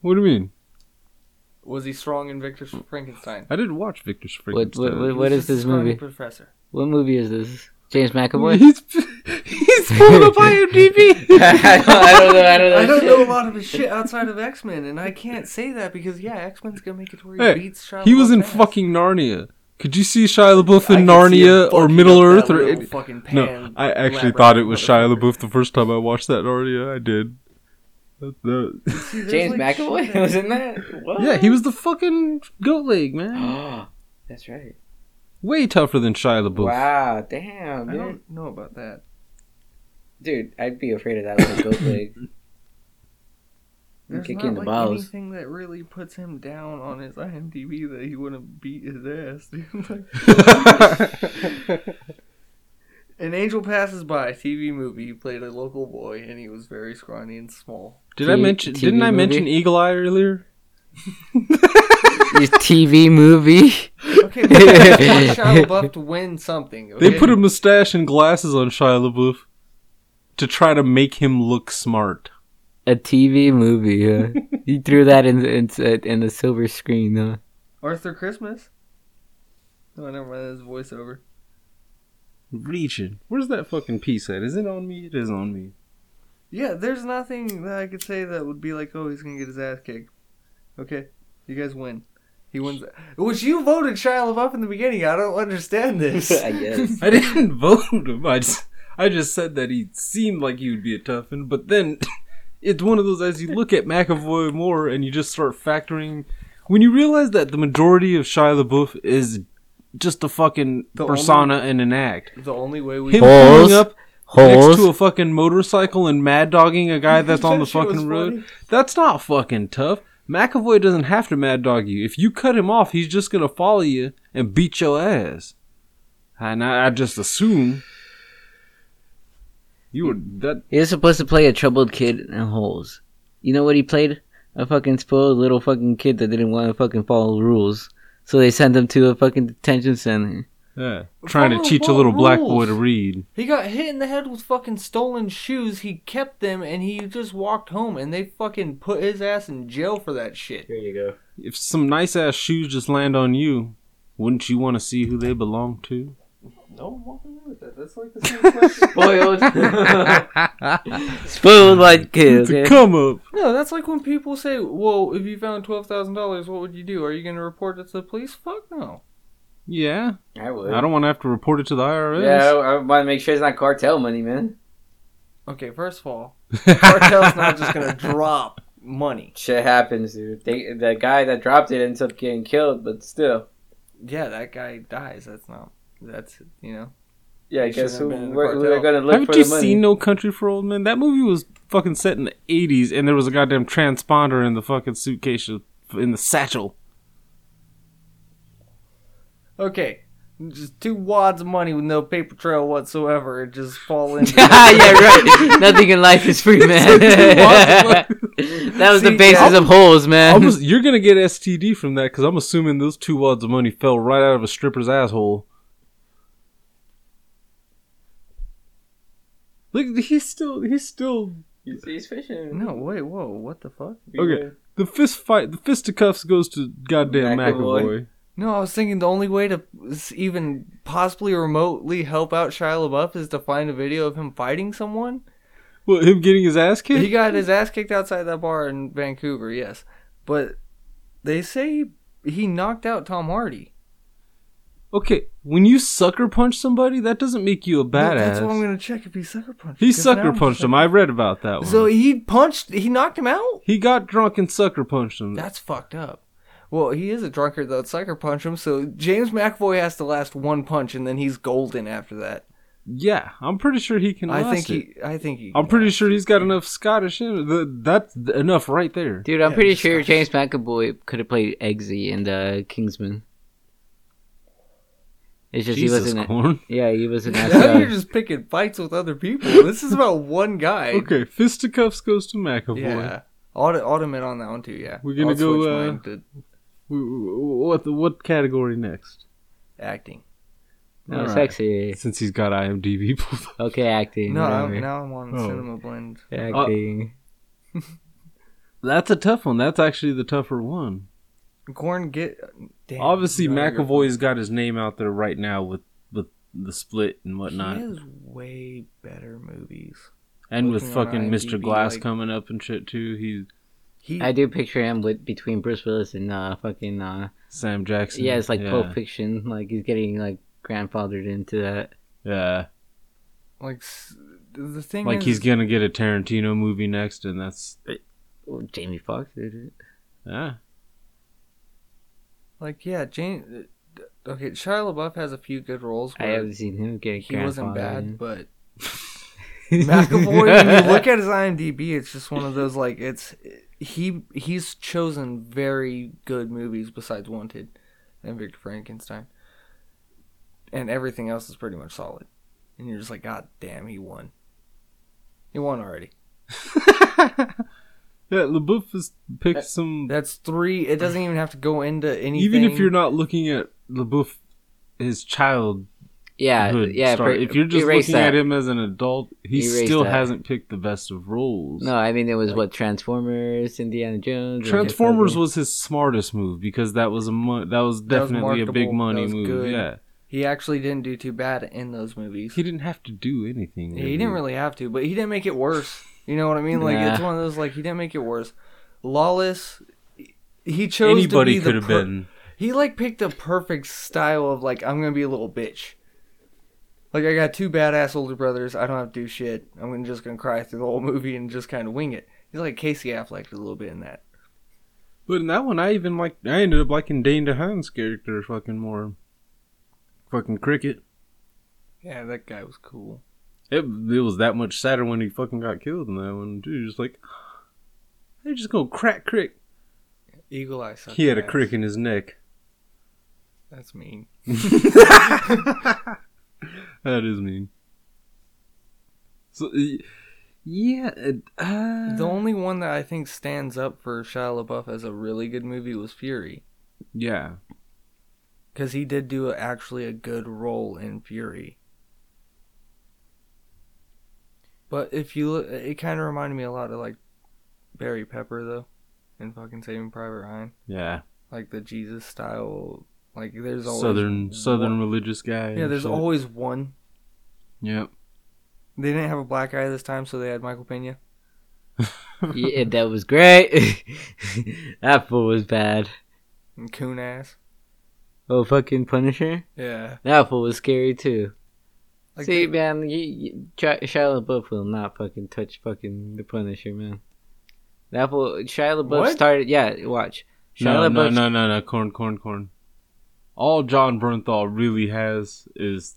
Speaker 1: What do you mean?
Speaker 2: Was he strong in Victor Frankenstein?
Speaker 1: I didn't watch Victor's
Speaker 5: What-
Speaker 1: Frankenstein.
Speaker 5: what- what
Speaker 2: He was
Speaker 5: is
Speaker 2: just
Speaker 5: this
Speaker 2: a scrawny
Speaker 5: movie?
Speaker 2: Professor.
Speaker 5: What movie is this? James
Speaker 1: Mm,
Speaker 5: McAvoy.
Speaker 1: He's he's pulled up IMDb.
Speaker 5: I, don't, I don't know. I don't know.
Speaker 2: I don't know a lot of his shit outside of X Men, and I can't say that because yeah, X Men's gonna make it to where he
Speaker 1: Hey,
Speaker 2: beats Shia
Speaker 1: he was in
Speaker 2: LaBeouf's ass.
Speaker 1: fucking Narnia. Could you see Shia LaBeouf
Speaker 2: I
Speaker 1: in
Speaker 2: could see him
Speaker 1: Narnia or
Speaker 2: fucking
Speaker 1: Middle
Speaker 2: up that
Speaker 1: Earth or
Speaker 2: little
Speaker 1: any-
Speaker 2: fucking pan
Speaker 1: No, I actually
Speaker 2: labyrinth
Speaker 1: thought it was Shia
Speaker 2: motherfucker.
Speaker 1: LaBeouf the first time I watched that Narnia. I did. That- that-
Speaker 2: See, there's,
Speaker 5: James
Speaker 2: like, shit
Speaker 5: McAvoy
Speaker 2: that-
Speaker 5: was in that. What?
Speaker 1: yeah, he was the fucking goat leg man.
Speaker 5: That's right.
Speaker 1: Way tougher than Shia LaBeouf.
Speaker 5: Wow, damn,
Speaker 2: I
Speaker 5: dude.
Speaker 2: don't know about that.
Speaker 5: Dude, I'd be afraid of that little goat leg.
Speaker 2: There's
Speaker 5: kick
Speaker 2: not
Speaker 5: you in the
Speaker 2: like
Speaker 5: balls.
Speaker 2: anything that really puts him down on his IMDb that he wouldn't beat his ass, dude. Like, An angel passes by, TV movie. He played a local boy, and he was very scrawny and small.
Speaker 1: Did I
Speaker 5: T-
Speaker 1: mention?
Speaker 5: TV
Speaker 1: didn't I mention
Speaker 5: movie?
Speaker 1: Eagle Eye earlier?
Speaker 5: Your TV movie.
Speaker 2: Okay, we want Shia LaBeouf to win something.
Speaker 1: They
Speaker 2: okay?
Speaker 1: put a mustache and glasses on Shia LaBeouf to try to make him look smart.
Speaker 5: A TV movie. Huh? he threw that in in in the silver screen. Huh?
Speaker 2: Arthur Christmas. No, never mind. That's voiceover.
Speaker 1: Reaching. Where's that fucking piece at? Is it on me? It is on me.
Speaker 2: Yeah, there's nothing that I could say that would be like, oh, he's gonna get his ass kicked. Okay, you guys win. He wins. Which you voted Shia LaBeouf in the beginning. I don't understand this.
Speaker 5: I guess.
Speaker 1: I didn't vote him. I just, I just said that he seemed like he would be a toughie, but then it's one of those as you look at McAvoy more and you just start factoring when you realize that the majority of Shia LaBeouf is just a fucking
Speaker 2: The
Speaker 1: persona and an act.
Speaker 2: the only way we
Speaker 1: Him
Speaker 5: Pause.
Speaker 1: pulling up, next to
Speaker 3: Holes.
Speaker 1: a fucking motorcycle and mad dogging a guy that's on the fucking road. That's not fucking tough. McAvoy doesn't have to mad dog you. If you cut him off, he's just gonna follow you and beat your ass. And I, I just assume you were that.
Speaker 5: He was supposed to play a troubled kid in holes. You know what he played? A fucking spoiled little fucking kid that didn't want to fucking follow rules. So they sent him to a fucking detention center.
Speaker 1: Yeah, trying to
Speaker 2: Follow
Speaker 1: teach a
Speaker 2: what
Speaker 1: little black boy
Speaker 2: rules?
Speaker 1: to read.
Speaker 2: He got hit in the head with fucking stolen shoes. He kept them and he just walked home and they fucking put his ass in jail for that shit.
Speaker 5: There you go.
Speaker 1: If some nice ass shoes just land on you, wouldn't you want to see who they belong to?
Speaker 2: No, I'm walking with that. That's like the same question.
Speaker 5: Spoiled.
Speaker 1: oh.
Speaker 5: spoiled like kid.
Speaker 1: It's a
Speaker 5: okay?
Speaker 1: come up.
Speaker 2: No, that's like when people say, "Well, if you found twelve thousand dollars, what would you do? Are you going to report it to the police?" Fuck no.
Speaker 1: Yeah,
Speaker 5: I would.
Speaker 1: I don't want to have to report it to the IRS.
Speaker 5: Yeah, I, I want to make sure it's not cartel money, man.
Speaker 2: Okay, first of all, cartel's not just going to drop money.
Speaker 5: Shit happens, dude. They, the guy that dropped it ends up getting killed, but still.
Speaker 2: Yeah, that guy dies. That's not. That's you know.
Speaker 5: Yeah, I
Speaker 2: He
Speaker 5: guess
Speaker 2: shouldn't
Speaker 5: who,
Speaker 2: have been in the
Speaker 5: we're,
Speaker 2: cartel.
Speaker 5: we're gonna look
Speaker 1: Haven't
Speaker 5: for
Speaker 1: you
Speaker 5: the money.
Speaker 1: seen No Country for Old Men? That movie was fucking set in the eighties, and there was a goddamn transponder in the fucking suitcase in the satchel.
Speaker 2: Okay, just two wads of money with no paper trail whatsoever. It just fall into.
Speaker 5: ah, yeah, right. Nothing in life is free, man. that was the
Speaker 2: See,
Speaker 5: basis
Speaker 2: yeah.
Speaker 5: of holes, man.
Speaker 1: Almost, you're gonna get STD from that because I'm assuming those two wads of money fell right out of a stripper's asshole. Look, he's still he's still
Speaker 5: He's, he's fishing.
Speaker 2: no, wait, whoa, what the fuck?
Speaker 1: okay. The fist fight, the fisticuffs goes to goddamn
Speaker 5: McAvoy.
Speaker 1: McAvoy.
Speaker 2: No, I was thinking the only way to s- even possibly remotely help out Shia LaBeouf is to find a video of him fighting someone.
Speaker 1: Well, him getting his ass
Speaker 2: he
Speaker 1: kicked.
Speaker 2: got his ass kicked outside that bar in Vancouver, yes. But they say he knocked out Tom Hardy.
Speaker 1: Okay, when you sucker punch somebody, that doesn't make you a badass.
Speaker 2: That- That's what I'm gonna check if he sucker punched.
Speaker 1: He
Speaker 2: 'cause now
Speaker 1: sucker
Speaker 2: I'm
Speaker 1: punched him. I read about that one.
Speaker 2: So he punched. He knocked him out.
Speaker 1: he got drunk and sucker punched him.
Speaker 2: That's fucked up. Well, he is a drunkard that sucker punched him. So James McAvoy has to last one punch, and then he's golden after that.
Speaker 1: yeah, I'm pretty sure he can.
Speaker 2: I think
Speaker 1: he.
Speaker 2: he. I think he.
Speaker 1: I'm pretty sure he's got enough Scottish in him. Th- That's th- enough right there.
Speaker 5: Dude, I'm
Speaker 2: Yeah,
Speaker 5: pretty
Speaker 2: just
Speaker 5: sure
Speaker 2: stop.
Speaker 5: James McAvoy could have played Eggsy in uh, Kingsman. It's just he
Speaker 1: Jesus
Speaker 5: wasn't.
Speaker 1: corn.
Speaker 5: yeah, he wasn't. asked
Speaker 2: Now you're
Speaker 5: out.
Speaker 2: just picking fights with other people. This is about one guy.
Speaker 1: Okay, fisticuffs goes to McAvoy.
Speaker 2: Yeah. Auto, automate on that one too. Yeah.
Speaker 1: We're gonna
Speaker 2: I'll
Speaker 1: go,
Speaker 2: switch
Speaker 1: uh,
Speaker 2: mine to
Speaker 1: W- w- What what category next?
Speaker 2: acting.
Speaker 5: No,
Speaker 1: Alright.
Speaker 5: sexy.
Speaker 1: Since he's got IMDb pulled up.
Speaker 5: Okay, acting.
Speaker 2: No,
Speaker 5: whatever.
Speaker 2: I'm, now I'm on
Speaker 1: Oh.
Speaker 2: Cinema Blend.
Speaker 5: Acting.
Speaker 1: That's a tough one. That's actually the tougher one.
Speaker 2: Gorn get. Damn,
Speaker 1: Obviously,
Speaker 2: no, you're-
Speaker 1: McAvoy's got his name out there right now with with the split and whatnot,
Speaker 2: He has way better movies.
Speaker 1: and with
Speaker 2: looking on
Speaker 1: fucking Mr.
Speaker 2: IMDb,
Speaker 1: Glass
Speaker 2: like-
Speaker 1: coming up and shit too. He's
Speaker 2: He
Speaker 5: I do picture him with between Bruce Willis and uh, fucking uh,
Speaker 1: Sam Jackson.
Speaker 5: yeah, it's like
Speaker 1: yeah.
Speaker 5: Pulp Fiction. Like he's getting like grandfathered into that.
Speaker 1: Yeah.
Speaker 2: like s- the thing.
Speaker 1: Like
Speaker 2: is,
Speaker 1: he's gonna get a Tarantino movie next, and that's
Speaker 5: Well, Oh, Jamie Foxx did it.
Speaker 1: yeah.
Speaker 2: like yeah, Jane. uh, Okay, Shia LaBeouf has a few good roles.
Speaker 5: I
Speaker 2: where
Speaker 5: haven't seen him get a
Speaker 2: He wasn't bad,
Speaker 5: grandfathered
Speaker 2: but
Speaker 5: in.
Speaker 2: McAvoy. when you look at his IMDb, it's just one of those like it's he he's chosen very good movies besides Wanted and Victor Frankenstein, and everything else is pretty much solid. And you're just like, God damn, he won. He won already.
Speaker 1: Yeah, LaBeouf has picked some.
Speaker 2: That's three. It doesn't even have to go into anything.
Speaker 1: Even if you're not looking at LaBeouf, his childhood
Speaker 5: yeah, yeah.
Speaker 1: star,
Speaker 5: per-
Speaker 1: if you're just
Speaker 5: erase
Speaker 1: looking
Speaker 5: that.
Speaker 1: at him as an adult, he
Speaker 5: Erase
Speaker 1: still
Speaker 5: that.
Speaker 1: hasn't picked the best of roles.
Speaker 5: No, I mean it was what Transformers, Indiana Jones. and
Speaker 1: Transformers
Speaker 5: Jeff
Speaker 1: was his smartest move because that was a mo- that was
Speaker 2: That was
Speaker 1: definitely a big
Speaker 2: marketable,
Speaker 1: money
Speaker 2: that was
Speaker 1: move.
Speaker 2: good.
Speaker 1: Yeah,
Speaker 2: he actually didn't do too bad in those movies.
Speaker 1: he didn't have to do anything.
Speaker 2: Yeah, he didn't really have to, but he didn't make it worse. You know what I mean? Like it's
Speaker 5: Nah.
Speaker 2: one of those like he didn't make it worse. Lawless, he chose
Speaker 1: Anybody
Speaker 2: to be
Speaker 1: could
Speaker 2: the
Speaker 1: have
Speaker 2: per-
Speaker 1: been.
Speaker 2: He like picked the perfect style of like I'm gonna be a little bitch. Like I got two badass older brothers. I don't have to do shit. I'm gonna- just gonna cry through the whole movie and just kind of wing it. He's like Casey Affleck a little bit in that.
Speaker 1: But in that one, I even like I ended up liking Dane DeHaan's character fucking more. Fucking cricket.
Speaker 2: Yeah, that guy was cool.
Speaker 1: It, it was that much sadder when he fucking got killed in that one too. Just like they just go crack crick.
Speaker 2: Eagle Eye sucked
Speaker 1: He had a
Speaker 2: ass.
Speaker 1: crick in his neck.
Speaker 2: That's mean.
Speaker 1: that is mean. So y- yeah, it- uh,
Speaker 2: The only one that I think stands up for Shia LaBeouf as a really good movie was Fury,
Speaker 1: yeah,
Speaker 2: because he did do a, actually a good role in Fury. But if you look, it kind of reminded me a lot of like Barry Pepper though, in fucking Saving Private Ryan,
Speaker 1: yeah.
Speaker 2: like the Jesus style. Like there's always
Speaker 1: Southern
Speaker 2: one-
Speaker 1: Southern religious guy.
Speaker 2: Yeah,
Speaker 1: and
Speaker 2: there's
Speaker 1: shit.
Speaker 2: always one.
Speaker 1: Yep.
Speaker 2: They didn't have a black guy this time, so they had Michael Pena.
Speaker 5: yeah, that was great. that fool was bad.
Speaker 2: And coon ass.
Speaker 5: Oh, fucking Punisher.
Speaker 2: Yeah.
Speaker 5: That fool was scary too.
Speaker 2: Like
Speaker 5: See,
Speaker 2: they-
Speaker 5: man, you, you, Ch- Shia LaBeouf will not fucking touch fucking the Punisher, man. That fool, Shia LaBeouf
Speaker 2: What?
Speaker 5: started. Yeah, watch. Shia
Speaker 1: No, no,
Speaker 5: LaBeouf.
Speaker 1: no, no, no. Corn, corn, corn. All John Bernthal really has is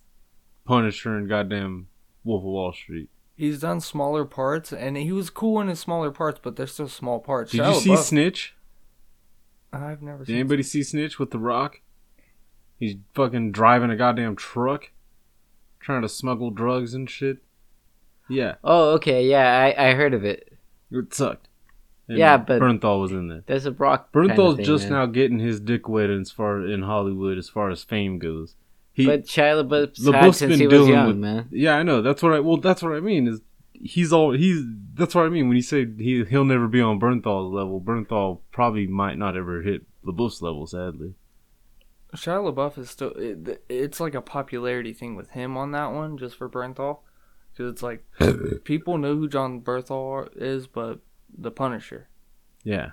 Speaker 1: Punisher and goddamn Wolf of Wall Street.
Speaker 2: He's done smaller parts, and he was cool in his smaller parts, but they're still small parts.
Speaker 1: Did
Speaker 2: Shia
Speaker 1: you see
Speaker 2: LaBeouf-
Speaker 1: Snitch?
Speaker 2: I've never
Speaker 1: Did
Speaker 2: seen.
Speaker 1: anybody see Snitch with The Rock? He's fucking driving a goddamn truck, trying to smuggle drugs and shit. Yeah,
Speaker 5: Oh, okay, yeah, I, I heard of it.
Speaker 1: it sucked. And
Speaker 5: Yeah, but-
Speaker 1: Bernthal was in there.
Speaker 5: That's a Brock. kind of
Speaker 1: Bernthal's
Speaker 5: thing,
Speaker 1: just
Speaker 5: man.
Speaker 1: now getting his dick wet as far in Hollywood as far as fame goes. He
Speaker 5: But Shia LaBeouf's had
Speaker 1: LaBeouf's
Speaker 5: since
Speaker 1: been
Speaker 5: he was
Speaker 1: dealing
Speaker 5: young,
Speaker 1: with
Speaker 5: man.
Speaker 1: Yeah, I know. That's what I. Well, that's what I mean. Is he's all he's. That's what I mean when you say he he'll never be on Bernthal's level. Bernthal probably might not ever hit LaBeouf's level. Sadly,
Speaker 2: Shia LaBeouf is still. It, it's like a popularity thing with him on that one, just for Bernthal, because it's like people know who John Bernthal is, but the Punisher,
Speaker 1: yeah.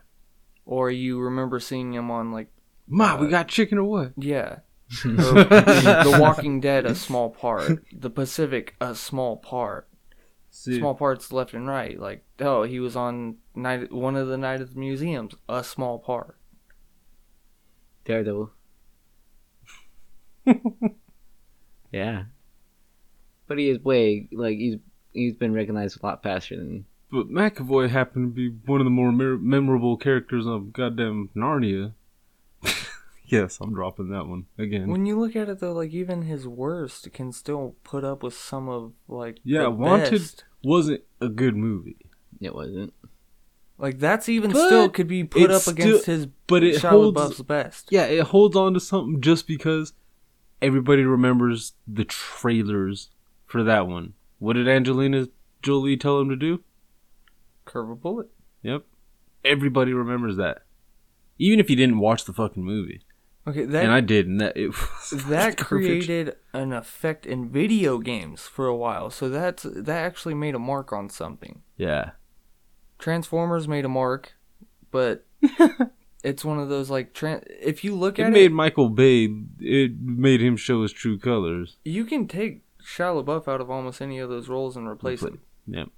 Speaker 2: or you remember seeing him on like
Speaker 1: Ma, we
Speaker 2: Uh,
Speaker 1: got chicken or what?
Speaker 2: yeah. Or the Walking Dead, a small part. The Pacific, a small part.
Speaker 1: See,
Speaker 2: small parts left and right. Like, oh, he was on night one of the night at the museums, a small part.
Speaker 5: Daredevil. yeah. But he is way like he's he's been recognized a lot faster than
Speaker 1: but McAvoy happened to be one of the more mer- memorable characters of goddamn Narnia. yes, I'm dropping that one again.
Speaker 2: When you look at it though, like even his worst can still put up with some of like
Speaker 1: yeah,
Speaker 2: the
Speaker 1: Wanted
Speaker 2: best.
Speaker 1: wasn't a good movie.
Speaker 5: it wasn't.
Speaker 2: Like that's even
Speaker 1: But
Speaker 2: still could be put
Speaker 1: it's
Speaker 2: up against
Speaker 1: still-
Speaker 2: his
Speaker 1: but it
Speaker 2: Shia
Speaker 1: holds-
Speaker 2: LaBeouf's best.
Speaker 1: Yeah, it holds on to something just because everybody remembers the trailers for that one. What did Angelina Jolie tell him to do?
Speaker 2: Curve a bullet.
Speaker 1: Yep. Everybody remembers that. Even if you didn't watch the fucking movie.
Speaker 2: Okay, that
Speaker 1: and I did, and that it was
Speaker 2: that
Speaker 1: garbage.
Speaker 2: created an effect in video games for a while. So that's that actually made a mark on something.
Speaker 1: Yeah.
Speaker 2: Transformers made a mark, but it's one of those like tran if you look
Speaker 1: It
Speaker 2: at
Speaker 1: made
Speaker 2: it,
Speaker 1: Michael Bay it made him show his true colors.
Speaker 2: you can take Shia LaBeouf out of almost any of those roles and replace
Speaker 1: Replace-
Speaker 2: him.
Speaker 1: Yep.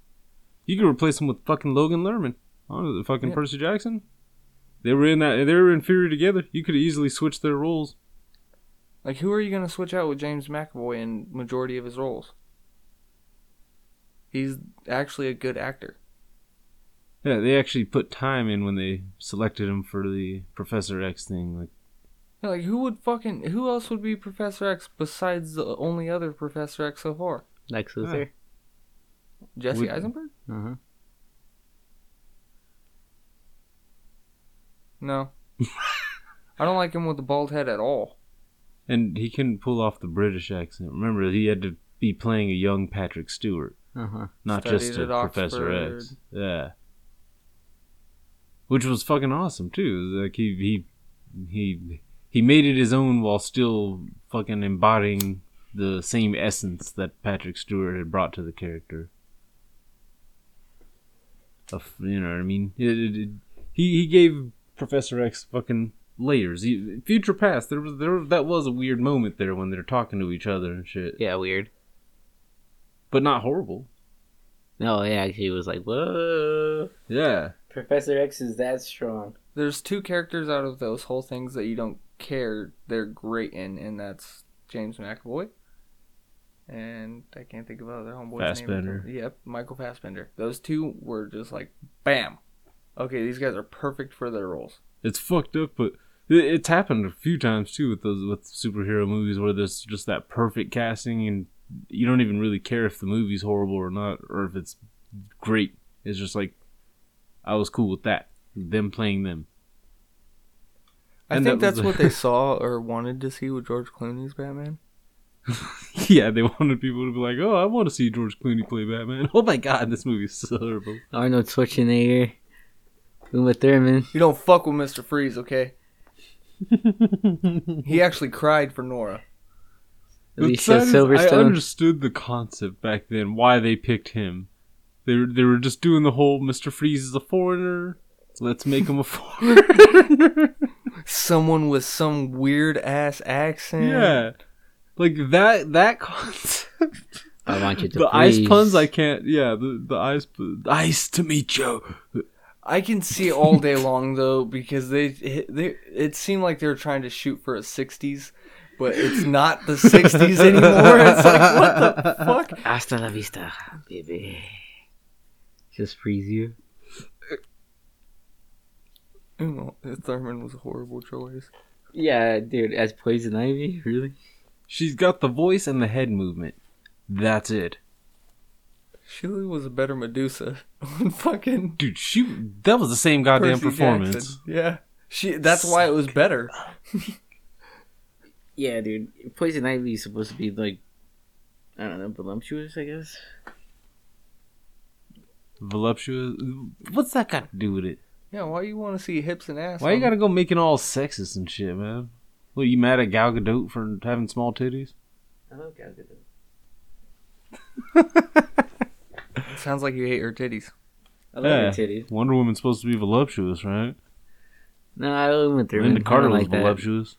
Speaker 1: You could replace him with fucking Logan Lerman. Honestly, fucking
Speaker 2: Yeah.
Speaker 1: Percy Jackson. They were in that they were in Fury together. You could easily switch their roles.
Speaker 2: Like who are you gonna switch out with James McAvoy in majority of his roles? He's actually a good actor.
Speaker 1: Yeah, they actually put time in when they selected him for the Professor X thing. Like,
Speaker 2: Yeah, Like who would fucking who else would be Professor X besides the only other Professor X so far?
Speaker 5: Lex Luthor.
Speaker 2: Jesse
Speaker 1: Would-
Speaker 2: Eisenberg?
Speaker 5: Uh-huh.
Speaker 2: No. I don't like him with the bald head at all.
Speaker 1: and he couldn't pull off the British accent. Remember, he had to be playing a young Patrick Stewart,
Speaker 5: Uh-huh.
Speaker 1: not just a
Speaker 2: Studied at
Speaker 1: Professor
Speaker 2: Oxford.
Speaker 1: X. Yeah, which was fucking awesome too. Like he he he he made it his own while still fucking embodying the same essence that Patrick Stewart had brought to the character. Of, you know what I mean? It- it- it- he he gave Professor X fucking layers. He, future past, there was there that was a weird moment there when they're talking to each other and shit,
Speaker 5: Yeah, weird.
Speaker 1: but not horrible.
Speaker 5: No, it actually was like, whoa.
Speaker 1: Yeah,
Speaker 5: Professor X is that strong.
Speaker 2: There's two characters out of those whole things that you don't care they're great in, and that's James McAvoy and I can't think of other homeboy's
Speaker 1: Fassbender.
Speaker 2: name. Yep, Michael Fassbender. Those two were just like bam. Okay, these guys are perfect for their roles.
Speaker 1: It's fucked up, but it- it's happened a few times too with those with superhero movies where there's just that perfect casting, and you don't even really care if the movie's horrible or not, or if it's great. It's just like I was cool with that. Them playing them.
Speaker 2: I
Speaker 1: And
Speaker 2: think
Speaker 1: that was
Speaker 2: that's
Speaker 1: the-
Speaker 2: what they saw or wanted to see with George Clooney's Batman.
Speaker 1: Yeah, they wanted people to be like, "Oh, I want to see George Clooney play Batman." Oh my god, this movie is so horrible.
Speaker 5: Arnold Schwarzenegger, Uma Thurman.
Speaker 2: You don't fuck with Mister Freeze, okay? He actually cried for Nora.
Speaker 5: Alicia
Speaker 1: Besides, I
Speaker 5: Silverstone.
Speaker 1: understood the concept back then, why they picked him. They were, they were just doing the whole Mr. Freeze is a foreigner. Let's make him a foreigner.
Speaker 2: Someone with some weird ass accent.
Speaker 1: yeah. Like that that concept.
Speaker 5: I, want you to
Speaker 1: The ice
Speaker 5: please-
Speaker 1: puns I can't. Yeah, the the ice pu- ice to meet you.
Speaker 2: I can see all day long though because they they it seemed like they were trying to shoot for a 60s, but it's not the 60s anymore. It's like what the fuck?
Speaker 5: Hasta la vista, baby. Just freeze you.
Speaker 2: Ooh, Thurman was a horrible choice.
Speaker 5: Yeah, dude, as Poison Ivy, really?
Speaker 1: She's got the voice and the head movement. That's it.
Speaker 2: Sheila was a better Medusa on fucking
Speaker 1: Dude, she that was the same goddamn
Speaker 2: Percy
Speaker 1: performance.
Speaker 2: Jackson. Yeah, she. That's why it was better.
Speaker 5: Yeah, dude, Poison Ivy is supposed to be like, I don't know, voluptuous, I guess.
Speaker 1: Voluptuous. What's that got to do with it?
Speaker 2: Yeah, why you want to see hips and ass?
Speaker 1: Why you
Speaker 2: on-
Speaker 1: gotta go making all sexist and shit, man? What, you mad at Gal Gadot for having small titties?
Speaker 5: I love Gal Gadot.
Speaker 2: Sounds like you hate her titties.
Speaker 5: I love her
Speaker 1: Yeah.
Speaker 5: titties.
Speaker 1: Wonder Woman's supposed to be voluptuous, right?
Speaker 5: No, I don't went through.
Speaker 1: Linda Carter was
Speaker 5: like that.
Speaker 1: voluptuous.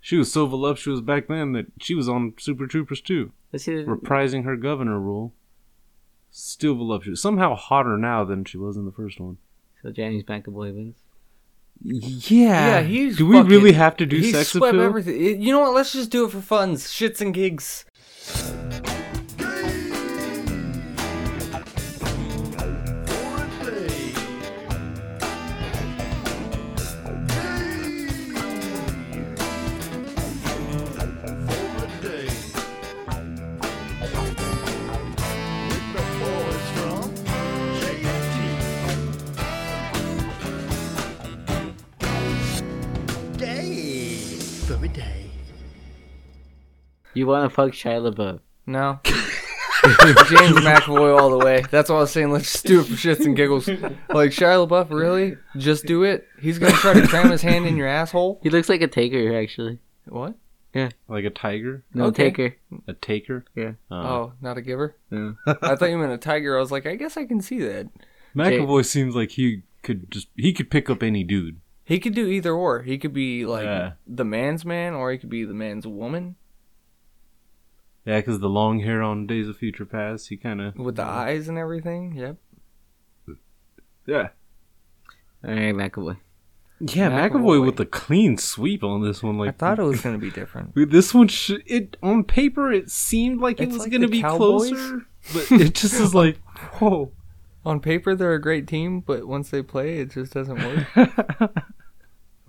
Speaker 1: She was so voluptuous back then that she was on Super Troopers too,
Speaker 5: Let's see.
Speaker 1: reprising her governor role. Still voluptuous. Somehow hotter now than she was in the first one.
Speaker 5: So Johnny's McAvoy wins.
Speaker 1: Yeah.
Speaker 2: Yeah, he's.
Speaker 1: Do we
Speaker 2: fucking-
Speaker 1: really have to do
Speaker 2: he
Speaker 1: sex
Speaker 2: swept
Speaker 1: appeal?
Speaker 2: everything. It- You know what? Let's just do it for funs, shits and gigs.
Speaker 5: You want to fuck Shia LaBeouf?
Speaker 2: No. James McAvoy all the way. That's what I was saying. Let's just do it for shits and giggles. Like Shia LaBeouf, really? Just do it. He's gonna try to cram his hand in your asshole.
Speaker 5: He looks like a taker, actually.
Speaker 2: What?
Speaker 1: Like a tiger?
Speaker 5: No
Speaker 2: Okay.
Speaker 5: taker.
Speaker 1: A taker?
Speaker 5: Yeah.
Speaker 1: Oh.
Speaker 2: Oh, not a giver.
Speaker 1: Yeah.
Speaker 2: I thought you meant a tiger. I was like, I guess I can see that.
Speaker 1: McAvoy seems like he could just he could pick up any dude.
Speaker 2: He could do either or. He could be like
Speaker 1: Yeah.
Speaker 2: the man's man, or he could be the man's woman
Speaker 1: Yeah, because the long hair on Days of Future Past, he kind of
Speaker 2: with the eyes and everything. Yep.
Speaker 1: yeah
Speaker 5: All right, McAvoy.
Speaker 1: yeah McAvoy,
Speaker 2: McAvoy.
Speaker 1: with a clean sweep on this one.
Speaker 2: I
Speaker 1: Like
Speaker 2: thought it was gonna be different.
Speaker 1: this one sh- it on paper it seemed like it
Speaker 2: It's
Speaker 1: was
Speaker 2: like
Speaker 1: gonna
Speaker 2: the
Speaker 1: be
Speaker 2: Cowboys.
Speaker 1: closer, but it just is like whoa.
Speaker 2: On paper, they're a great team, but once they play, it just doesn't work.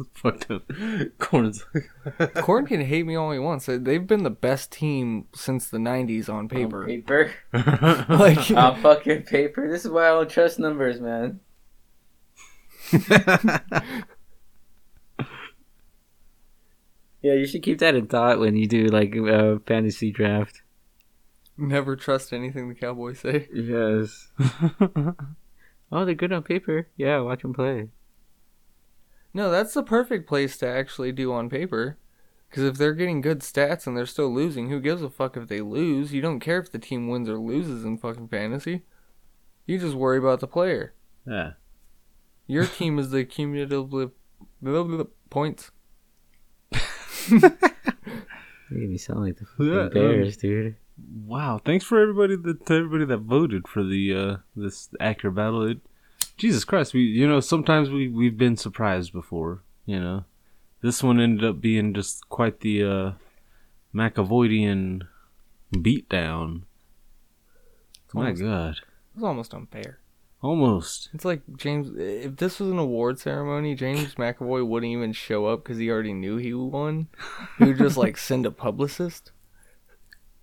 Speaker 1: Fucked up. Corn's
Speaker 2: Corn can hate me all he wants. They've been the best team since the '90s on paper.
Speaker 5: Paper.
Speaker 2: like
Speaker 5: Ah, fuck your paper. This is why I don't trust numbers, man. Yeah, you should keep that in thought when you do like a fantasy draft.
Speaker 2: never trust anything the Cowboys say.
Speaker 5: Yes. oh, they're good on paper. Yeah, watch them play.
Speaker 2: No, that's the perfect place to actually do on paper. Because if they're getting good stats and they're still losing, who gives a fuck if they lose? You don't care if the team wins or loses in fucking fantasy. You just worry about the player.
Speaker 1: yeah.
Speaker 2: Your team is the cumulative blah, blah, blah, points.
Speaker 5: You make me sound like the
Speaker 1: Yeah,
Speaker 5: fucking
Speaker 1: um,
Speaker 5: Bears, dude.
Speaker 1: Wow, thanks for everybody that to everybody that voted for the uh this actor battle. It, Jesus Christ, we you know sometimes we we've been surprised before. You know, this one ended up being just quite the uh McAvoydian beatdown. My
Speaker 2: almost-
Speaker 1: God,
Speaker 2: It's almost unfair.
Speaker 1: almost.
Speaker 2: It's like James. If this was an award ceremony, James McAvoy wouldn't even show up because he already knew he won. He would just like send a publicist.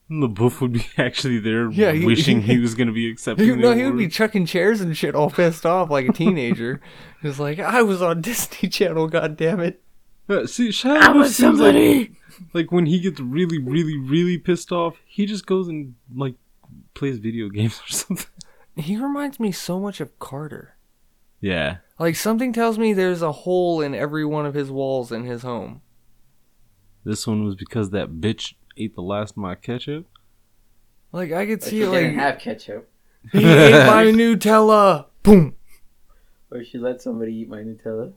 Speaker 1: And the boof would be actually there,
Speaker 2: Yeah, he-
Speaker 1: wishing he was going to be accepting.
Speaker 2: He,
Speaker 1: the
Speaker 2: no, he would
Speaker 1: award.
Speaker 2: be chucking chairs and shit, all pissed off like a teenager. Just like I was on Disney Channel, God damn it.
Speaker 1: Uh, see, Shia I was somebody. Like, like, when he gets really, really, really pissed off, he just goes and like plays video games or something.
Speaker 2: He reminds me so much of Carter.
Speaker 1: Yeah,
Speaker 2: Like something tells me there's a hole in every one of his walls in his home.
Speaker 1: this one was because that bitch ate the last of my ketchup.
Speaker 2: Like I could
Speaker 5: Like,
Speaker 2: see
Speaker 5: she
Speaker 2: it.
Speaker 5: didn't
Speaker 2: Like
Speaker 5: have ketchup,
Speaker 2: he ate my Nutella. Boom.
Speaker 5: or she let somebody eat my Nutella.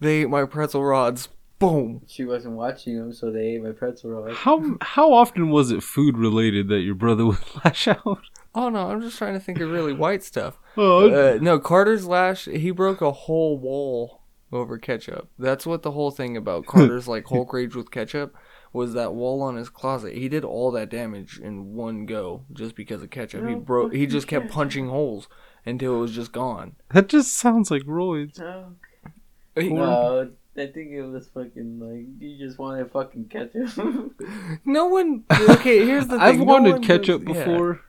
Speaker 2: They ate my pretzel rods. Boom.
Speaker 5: She wasn't watching them, so they ate my pretzel rolls.
Speaker 1: How how often was it food related that your brother would lash out?
Speaker 2: Oh no, I'm just trying to think of really white stuff.
Speaker 1: Oh,
Speaker 2: Uh, no, Carter's lash. He broke a whole wall over ketchup. That's what the whole thing about Carter's like Hulk rage with ketchup was that wall on his closet. He did all that damage in one go just because of ketchup. He broke. He just kept punching holes until it was just gone.
Speaker 1: that just sounds like roids.
Speaker 2: Oh,
Speaker 5: No,
Speaker 2: He-
Speaker 5: no, I think it was fucking like you just wanted fucking ketchup.
Speaker 2: No one. Okay, here's the thing.
Speaker 1: I've
Speaker 2: No
Speaker 1: wanted
Speaker 2: one goes-
Speaker 1: ketchup
Speaker 2: yeah.
Speaker 1: before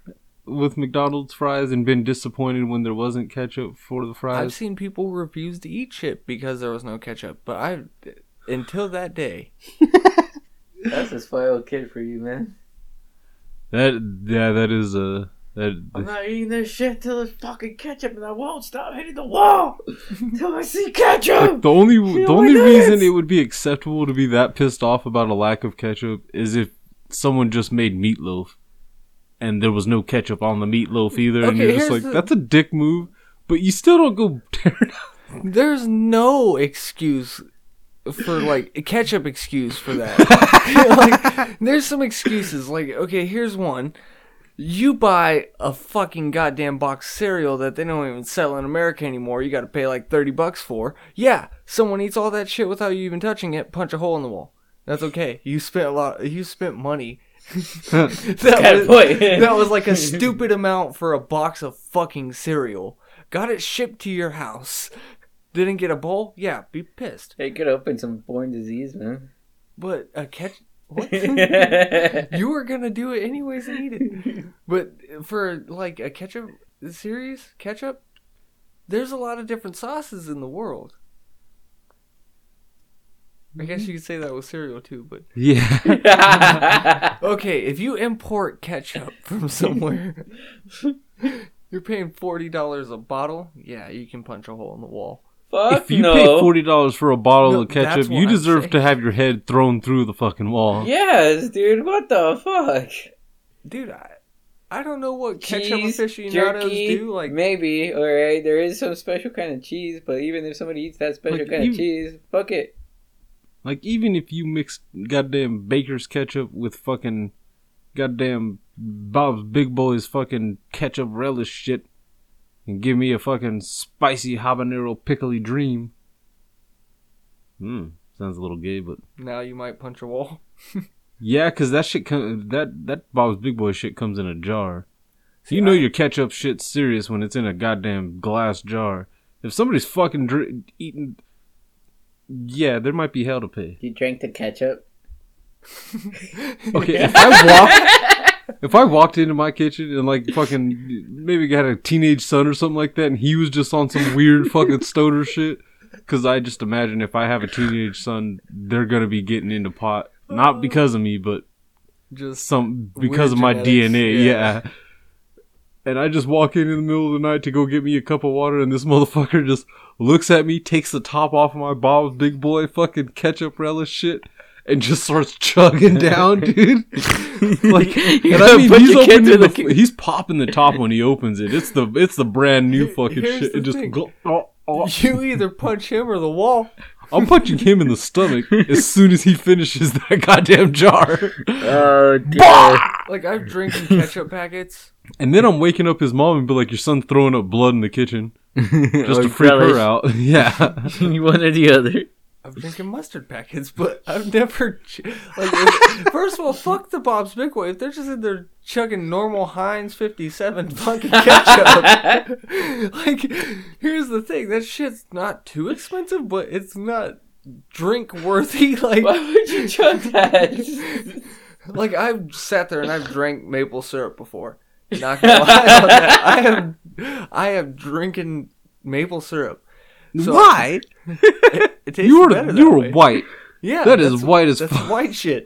Speaker 1: with McDonald's fries and been disappointed when there wasn't ketchup for the fries.
Speaker 2: I've seen people who refuse to eat shit because there was no ketchup, but I, until that day,
Speaker 5: That's a spoiled kid for you, man.
Speaker 1: That yeah, that is a that.
Speaker 5: I'm not eating this shit till there's fucking ketchup, and I won't stop hitting the wall till I see ketchup.
Speaker 1: Like the only the
Speaker 5: oh my
Speaker 1: only
Speaker 5: goodness.
Speaker 1: reason it would be acceptable to be that pissed off about a lack of ketchup is if someone just made meatloaf and there was no ketchup on the meatloaf either, and
Speaker 2: Okay,
Speaker 1: you're just
Speaker 2: here's
Speaker 1: like,
Speaker 2: the-
Speaker 1: that's a dick move. But you still don't go tear it up.
Speaker 2: there's no excuse for like a ketchup excuse for that. like, there's some excuses. Like, okay, here's one. You buy a fucking goddamn box cereal that they don't even sell in America anymore. You got to pay like 30 bucks for. Yeah, someone eats all that shit without you even touching it. Punch a hole in the wall. That's okay. You spent a lot you spent money.
Speaker 5: Got a
Speaker 2: that, was,
Speaker 5: point.
Speaker 2: that was like a stupid amount for a box of fucking cereal. Got it shipped to your house. Didn't get a bowl? Yeah, be pissed.
Speaker 5: It could open some born disease, man.
Speaker 2: But a catch what?
Speaker 5: That's
Speaker 2: you were gonna do it anyways and eat it. But for like a ketchup series, ketchup, there's a lot of different sauces in the world. I
Speaker 5: Mm-hmm.
Speaker 2: guess you could say that with cereal too, but
Speaker 1: Yeah,
Speaker 2: okay, if you import ketchup from somewhere, you're paying forty dollars a bottle. Yeah, you can punch a hole in the wall.
Speaker 5: Fuck
Speaker 1: if you
Speaker 5: no.
Speaker 1: pay forty dollars for a bottle
Speaker 2: No,
Speaker 1: of ketchup,
Speaker 2: that's what
Speaker 1: you
Speaker 2: I'm
Speaker 1: deserve
Speaker 2: saying.
Speaker 1: to have your head thrown through the fucking wall.
Speaker 5: yes, dude. What the fuck?
Speaker 2: Dude, I, I don't know what ketchup
Speaker 5: Cheese,
Speaker 2: aficionados
Speaker 5: jerky,
Speaker 2: do. Like,
Speaker 5: maybe. All right, there is some special kind of cheese, but even if somebody eats that special
Speaker 1: Like,
Speaker 5: kind
Speaker 1: you-
Speaker 5: of cheese, fuck it.
Speaker 1: Like even if you mix goddamn Baker's ketchup with fucking goddamn Bob's Big Boy's fucking ketchup relish shit and give me a fucking spicy habanero pickly dream. Hmm, sounds a little gay, but
Speaker 2: now you might punch a wall.
Speaker 1: yeah, cause that shit com- that that Bob's Big Boy shit comes in a jar. So you know
Speaker 2: I-
Speaker 1: your ketchup shit's serious when it's in a goddamn glass jar. If somebody's fucking dr- eating, yeah, there might be hell to pay.
Speaker 5: You drank the ketchup.
Speaker 1: Okay, if I walked, if I walked into my kitchen and like fucking maybe got a teenage son or something like that, and he was just on some weird fucking stoner shit, because I just imagine if I have a teenage son, they're gonna be getting into pot, not because of me, but
Speaker 2: Just
Speaker 1: some
Speaker 2: Weird
Speaker 1: because of my
Speaker 2: genetics,
Speaker 1: DNA,
Speaker 2: yeah.
Speaker 1: yeah. And I just walk in in the middle of the night to go get me a cup of water, and this motherfucker just looks at me, takes the top off of my Bob's Big Boy fucking ketchup relish shit, and just starts chugging down, dude. like, and I mean, he's opening the, he's popping the top when he opens it. It's the it's the brand new fucking
Speaker 2: here's
Speaker 1: shit.
Speaker 2: the
Speaker 1: It just
Speaker 2: thing.
Speaker 1: gl- oh, oh.
Speaker 2: you either punch him or the wall.
Speaker 1: I'm punching him in the stomach as soon as he finishes that goddamn jar.
Speaker 5: Oh, dear.
Speaker 2: Like, I've drinking ketchup packets.
Speaker 1: And then I'm waking up his mom and be like, "Your son's throwing up blood in the kitchen," just to freak her out. yeah,
Speaker 5: One or the other.
Speaker 2: I'm drinking mustard packets, but I've never. ch- Like, if- first of all, fuck the Bob's Big Way. If they're just in there chugging normal Heinz 57 fucking ketchup, like, here's the thing: that shit's not too expensive, but it's not drink worthy. Like,
Speaker 5: Why would you chug that?
Speaker 2: like I've sat there and I've drank maple syrup before. Not gonna lie on that. I have, I have drinking maple syrup. So-
Speaker 1: Why?
Speaker 2: It, it tastes better
Speaker 1: You're
Speaker 2: that
Speaker 1: you're
Speaker 2: way.
Speaker 1: white.
Speaker 2: Yeah,
Speaker 1: That is
Speaker 2: that's-
Speaker 1: white as
Speaker 2: that's
Speaker 1: fuck.
Speaker 2: white shit.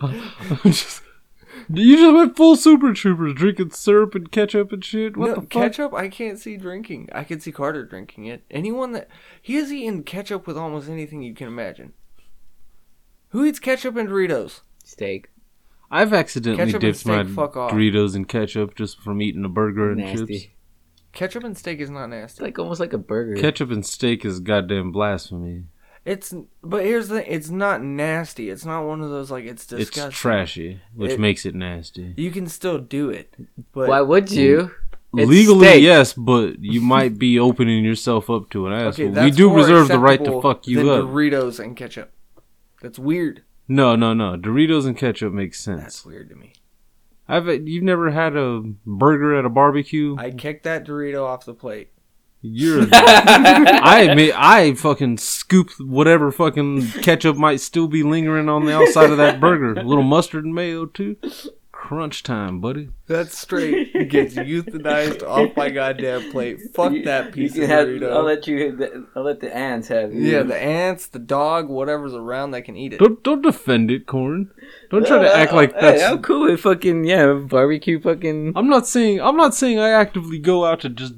Speaker 1: Just- you just went full Super Troopers, drinking syrup and ketchup and shit. What
Speaker 2: no,
Speaker 1: the fuck?
Speaker 2: ketchup I can't see drinking. I can see Carter drinking it. Anyone that he has eaten ketchup with almost anything you can imagine. Who eats ketchup and Doritos?
Speaker 5: Steak.
Speaker 1: I've accidentally
Speaker 2: Ketchup and
Speaker 1: dipped my
Speaker 2: steak, fuck off.
Speaker 1: Doritos in ketchup just from eating a burger and
Speaker 5: Nasty.
Speaker 1: chips.
Speaker 2: Ketchup and steak is not
Speaker 5: It's
Speaker 2: nasty.
Speaker 5: like almost like a burger.
Speaker 1: Ketchup and steak is goddamn blasphemy.
Speaker 2: It's but here's the it's not nasty. It's not one of those like it's disgusting.
Speaker 1: It's trashy, which
Speaker 2: It-
Speaker 1: makes it nasty.
Speaker 2: You can still do it, but
Speaker 5: Why would you? It's
Speaker 1: Legally,
Speaker 5: steak.
Speaker 1: yes, but you might be opening yourself up to an asshole. we
Speaker 2: that's
Speaker 1: do
Speaker 2: more
Speaker 1: reserve the right to
Speaker 2: acceptable
Speaker 1: fuck you
Speaker 2: than
Speaker 1: up.
Speaker 2: Doritos and ketchup. That's weird.
Speaker 1: no, no, no. Doritos and ketchup makes
Speaker 2: That's
Speaker 1: sense.
Speaker 2: weird to me.
Speaker 1: I've you've never had a burger at a barbecue.
Speaker 2: I kicked that Dorito off the plate.
Speaker 1: You're. I admit, I fucking scoop whatever fucking ketchup might still be lingering on the outside of that burger. A little mustard and mayo too. Crunch time, buddy.
Speaker 2: That straight gets euthanized off my goddamn plate. Fuck that piece
Speaker 5: you
Speaker 2: of
Speaker 5: can have-
Speaker 2: Dorito.
Speaker 5: I'll let you. I'll let the ants have. it.
Speaker 2: yeah, the ants, the dog, whatever's around that can eat it.
Speaker 1: Don't don't defend it, Corn. Don't try to act like
Speaker 5: Uh, Hey,
Speaker 1: that's.
Speaker 5: I'm cool with fucking yeah barbecue fucking.
Speaker 1: I'm not saying I'm not saying I actively go out to just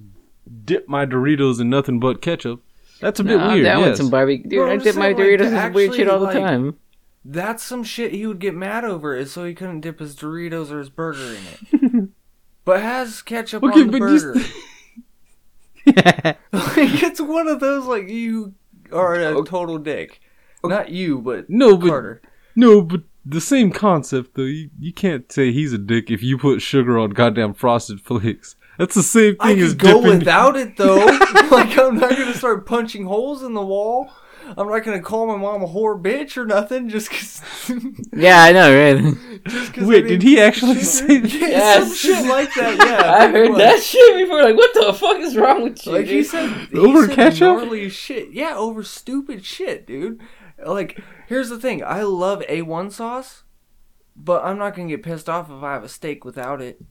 Speaker 1: dip my Doritos in nothing but ketchup. That's a bit
Speaker 5: Nah,
Speaker 1: weird.
Speaker 5: That
Speaker 1: yes.
Speaker 5: one's some barbecue. Dude,
Speaker 2: Bro,
Speaker 5: I
Speaker 2: I'm
Speaker 5: dip my
Speaker 2: saying, like, to
Speaker 5: Doritos in weird shit
Speaker 2: actually,
Speaker 5: all the
Speaker 2: like-
Speaker 5: time.
Speaker 2: That's some shit he would get mad over is so he couldn't dip his Doritos or his burger in it. but has ketchup
Speaker 1: Okay,
Speaker 2: on the
Speaker 1: but just-
Speaker 2: burger. like, it's one of those like you are a total dick. Not you, but
Speaker 1: No, but-
Speaker 2: Carter.
Speaker 1: no, but the same concept though. You, you can't say he's a dick if you put sugar on goddamn frosted flakes. That's the same
Speaker 2: I
Speaker 1: thing as
Speaker 2: could go
Speaker 1: dipping.
Speaker 2: without it though. like I'm not gonna start punching holes in the wall. I'm not gonna call my mom a whore bitch or nothing just cause.
Speaker 5: Yeah, I know, right?
Speaker 2: just 'cause I
Speaker 1: Wait, did
Speaker 2: didn't
Speaker 1: he
Speaker 2: eat
Speaker 1: actually
Speaker 2: sugar.
Speaker 1: say that?
Speaker 2: Yeah, some
Speaker 5: Yes.
Speaker 2: shit like that? Yeah,
Speaker 5: I heard
Speaker 2: What?
Speaker 5: that shit before. Like, what the fuck is wrong with you?
Speaker 2: Like he
Speaker 5: dude?
Speaker 2: said, he
Speaker 1: Over
Speaker 2: said
Speaker 1: ketchup?
Speaker 2: gnarly shit. Yeah, over stupid shit, dude. Like, here's the thing: I love A1 sauce, but I'm not gonna get pissed off if I have a steak without it.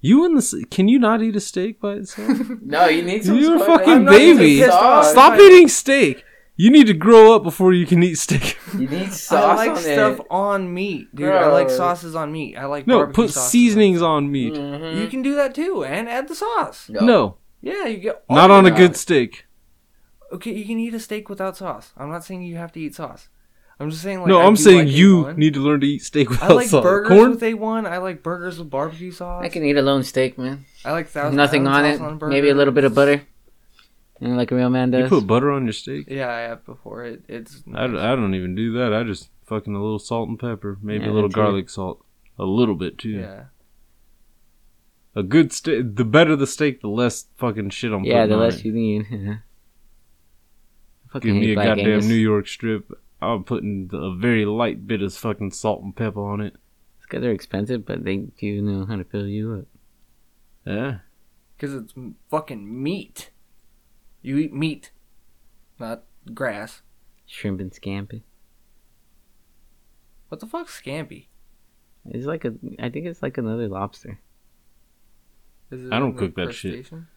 Speaker 1: You and the s- can you not eat a steak by itself?
Speaker 5: no, you need some.
Speaker 1: You're a
Speaker 5: spice.
Speaker 1: fucking
Speaker 2: I'm not even
Speaker 1: baby.
Speaker 2: pissed off.
Speaker 1: Stop
Speaker 2: I-
Speaker 1: eating steak. You need to grow up before you can eat steak.
Speaker 5: You need
Speaker 2: I
Speaker 5: sauce
Speaker 2: like
Speaker 5: on
Speaker 2: stuff
Speaker 5: it.
Speaker 2: on meat, dude. I like
Speaker 5: Gross.
Speaker 2: sauces on meat. I like
Speaker 1: No,
Speaker 2: barbecue
Speaker 1: put
Speaker 2: sauces on
Speaker 1: seasonings on meat.
Speaker 2: meat.
Speaker 5: Mm-hmm.
Speaker 2: You can do that too, and add the sauce.
Speaker 1: No,
Speaker 2: Yeah, Oh you get all
Speaker 1: not
Speaker 2: your
Speaker 1: on a
Speaker 2: out.
Speaker 1: good steak.
Speaker 2: Okay, you can eat a steak without sauce. I'm not saying you have to eat sauce. I'm just saying like
Speaker 1: No,
Speaker 2: I
Speaker 1: I'm
Speaker 2: do
Speaker 1: saying
Speaker 2: like
Speaker 1: you
Speaker 2: A1.
Speaker 1: need to learn to eat steak
Speaker 2: I
Speaker 1: without
Speaker 2: like
Speaker 1: salt.
Speaker 2: burgers
Speaker 1: Corn?
Speaker 2: with A1. I like burgers with barbecue sauce.
Speaker 5: I can eat a lone steak, man.
Speaker 2: I like thousand
Speaker 5: Nothing on
Speaker 2: Island
Speaker 5: it.
Speaker 2: sauce a burger.
Speaker 5: Maybe a little bit of butter. You know, like a real man
Speaker 1: You
Speaker 5: does.
Speaker 1: put butter on your steak?
Speaker 2: Yeah, I have before. It it's
Speaker 1: I, d- I don't even do that. I just fucking a little salt and pepper, maybe
Speaker 5: Yeah,
Speaker 1: a little
Speaker 5: that's
Speaker 1: garlic salt, a little bit too.
Speaker 2: yeah.
Speaker 1: A good steak. The better the steak, the less fucking shit I'm
Speaker 5: yeah,
Speaker 1: putting
Speaker 5: the
Speaker 1: on
Speaker 5: less
Speaker 1: it.
Speaker 5: you need. yeah. I fucking
Speaker 1: Give me
Speaker 5: hate
Speaker 1: a
Speaker 5: Black
Speaker 1: goddamn
Speaker 5: Angus.
Speaker 1: New York strip. I'm putting a very light bit of fucking salt and pepper on it.
Speaker 5: It's 'cause they're expensive, but they do know how to fill you up.
Speaker 1: Yeah.
Speaker 2: Because it's m- fucking meat. You eat meat, not grass.
Speaker 5: Shrimp and scampi.
Speaker 2: What the fuck's scampi?
Speaker 5: It's like a. I think it's like another lobster.
Speaker 2: Is it
Speaker 1: I don't
Speaker 2: a
Speaker 1: cook that shit.
Speaker 2: crustacean?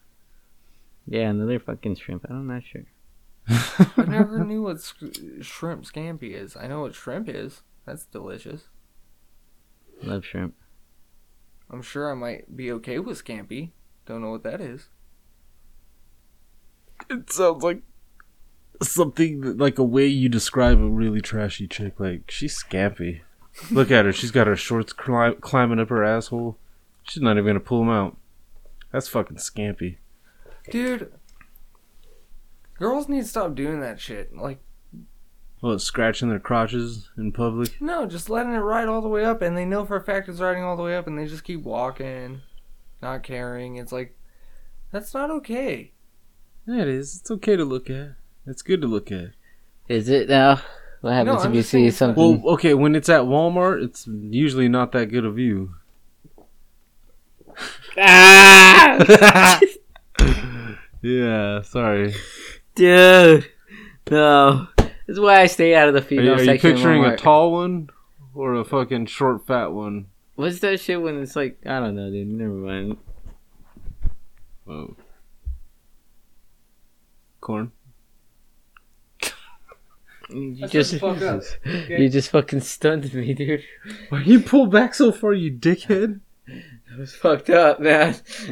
Speaker 5: Yeah, another fucking shrimp. I'm not sure.
Speaker 2: I never knew what sc- shrimp scampi is. I know what shrimp is. That's delicious.
Speaker 5: Love shrimp.
Speaker 2: I'm sure I might be okay with scampi. Don't know what that is.
Speaker 1: It sounds like something that, like a way you describe a really trashy chick. Like she's scampy. Look at her. She's got her shorts cli- climbing up her asshole. She's not even gonna pull them out. That's fucking scampy.
Speaker 2: Dude, girls need to stop doing that shit. Like,
Speaker 1: Well, it's scratching their crotches in public.
Speaker 2: No, just letting it ride all the way up, and they know for a fact it's riding all the way up, and they just keep walking, not caring. It's like, that's not okay.
Speaker 1: Yeah, it is. It's okay to look at. It's good to look at.
Speaker 5: Is it now? What happens
Speaker 2: I'm
Speaker 5: if you
Speaker 2: just saying
Speaker 5: see
Speaker 2: it's not-
Speaker 5: something?
Speaker 1: Well, okay, when it's at Walmart, it's usually not that good a view.
Speaker 5: ah,
Speaker 1: yeah, sorry.
Speaker 5: dude, no. That's why I stay out of the
Speaker 1: Are
Speaker 5: female
Speaker 1: you, are you
Speaker 5: section. of
Speaker 1: picturing a
Speaker 5: Walmart.
Speaker 1: tall one or a fucking short, fat one?
Speaker 5: What's that shit when it's like I don't know, dude. Never mind.
Speaker 1: Oh. Corn.
Speaker 5: You
Speaker 2: That's
Speaker 5: just
Speaker 2: just fucked up, okay?
Speaker 5: you just fucking stunned me, dude.
Speaker 1: Why you pull back so far, you dickhead?
Speaker 5: That was fucked up, man.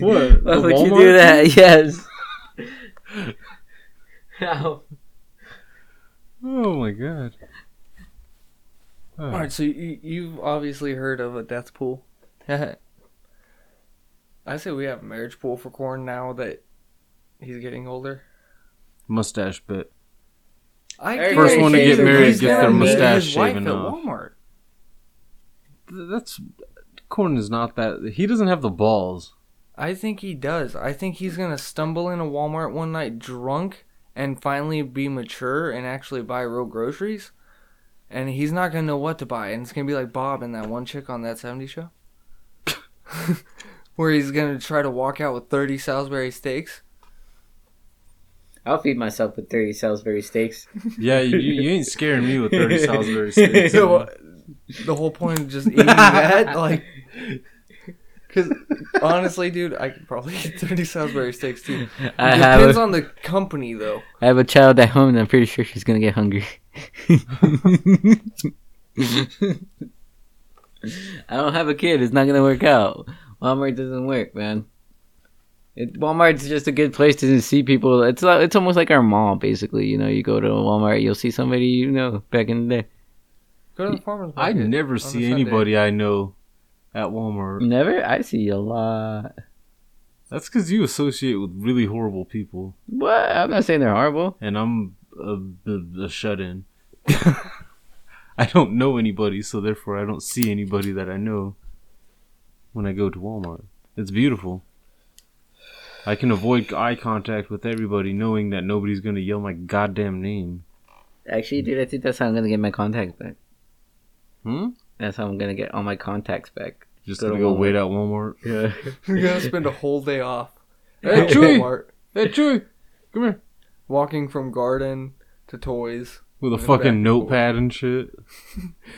Speaker 1: What,
Speaker 5: Why
Speaker 1: the
Speaker 5: would you
Speaker 1: Walmart
Speaker 5: do that? Yes. Ow.
Speaker 1: Oh my god. Oh.
Speaker 2: All right, so you, you've obviously heard of a death pool. I say we have a marriage pool for Corn now that he's getting older.
Speaker 1: Mustache bit.
Speaker 2: I
Speaker 5: Everybody First one to get shaves their- married
Speaker 2: he's
Speaker 5: gets
Speaker 2: gonna
Speaker 5: their
Speaker 2: meet
Speaker 1: mustache
Speaker 2: his wife
Speaker 1: shaven
Speaker 2: at
Speaker 1: off.
Speaker 2: Walmart.
Speaker 1: Th- That's. Corn is not that. He doesn't have the balls.
Speaker 2: I think he does. I think he's gonna stumble into Walmart one night drunk and finally be mature and actually buy real groceries. And he's not gonna know what to buy, and it's gonna be like Bob and that one chick on that '70s show, where he's gonna try to walk out with thirty Salisbury steaks.
Speaker 5: I'll feed myself with thirty Salisbury steaks.
Speaker 1: Yeah, you, you ain't scaring me with 30 Salisbury steaks.
Speaker 2: So uh, the whole point of just eating that, like, uh, because honestly, dude, I could probably eat thirty Salisbury steaks too.
Speaker 5: I
Speaker 2: Depends
Speaker 5: have, a,
Speaker 2: on the company, though.
Speaker 5: I have a child at home, and I'm pretty sure she's gonna get hungry. I don't have a kid. It's not gonna work out. Walmart doesn't work, man. It, Walmart's just a good place to see people. It's like- it's almost like our mall, basically. You know, you go to Walmart, you'll see somebody you know back in the day.
Speaker 2: Go to the farmer's
Speaker 1: I
Speaker 2: market on
Speaker 1: never
Speaker 2: a
Speaker 1: see
Speaker 2: Sunday.
Speaker 1: anybody I know at Walmart.
Speaker 5: Never, I see a lot.
Speaker 1: That's because you associate with really horrible people,
Speaker 5: What? I'm not saying they're horrible.
Speaker 1: and I'm a, a, a shut in. I don't know anybody, so therefore I don't see anybody that I know when I go to Walmart. It's beautiful. I can avoid eye contact with everybody knowing that nobody's going to yell my goddamn name.
Speaker 5: Actually, dude, I think that's how I'm gonna get my contacts back.
Speaker 1: Hmm?
Speaker 5: That's how I'm gonna get all my contacts back.
Speaker 1: Just
Speaker 5: Go to
Speaker 1: going to go
Speaker 5: Walmart.
Speaker 1: wait at Walmart.
Speaker 5: Yeah.
Speaker 2: You're gonna spend a whole day off.
Speaker 1: Hey,
Speaker 2: at
Speaker 1: Chewy!
Speaker 2: Walmart,
Speaker 1: Hey, Chewy! Come here.
Speaker 2: walking from garden to toys.
Speaker 1: With a
Speaker 2: Back
Speaker 1: fucking
Speaker 2: and
Speaker 1: notepad and shit.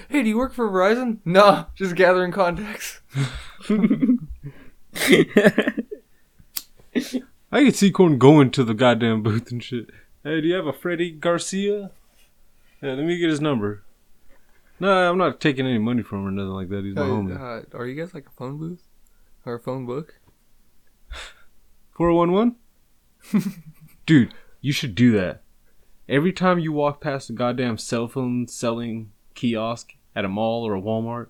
Speaker 2: Hey, do you work for Verizon? Nah, just gathering contacts.
Speaker 1: I could see Corn going to the goddamn booth and shit. Hey, do you have a Freddy Garcia? Yeah, let me get his number. No, I'm not taking any money from him or nothing like that. He's my
Speaker 2: Uh,
Speaker 1: homie.
Speaker 2: uh, are you guys like a phone booth or a phone book?
Speaker 1: 411? Dude, you should do that. Every time you walk past a goddamn cell phone selling kiosk at a mall or a Walmart,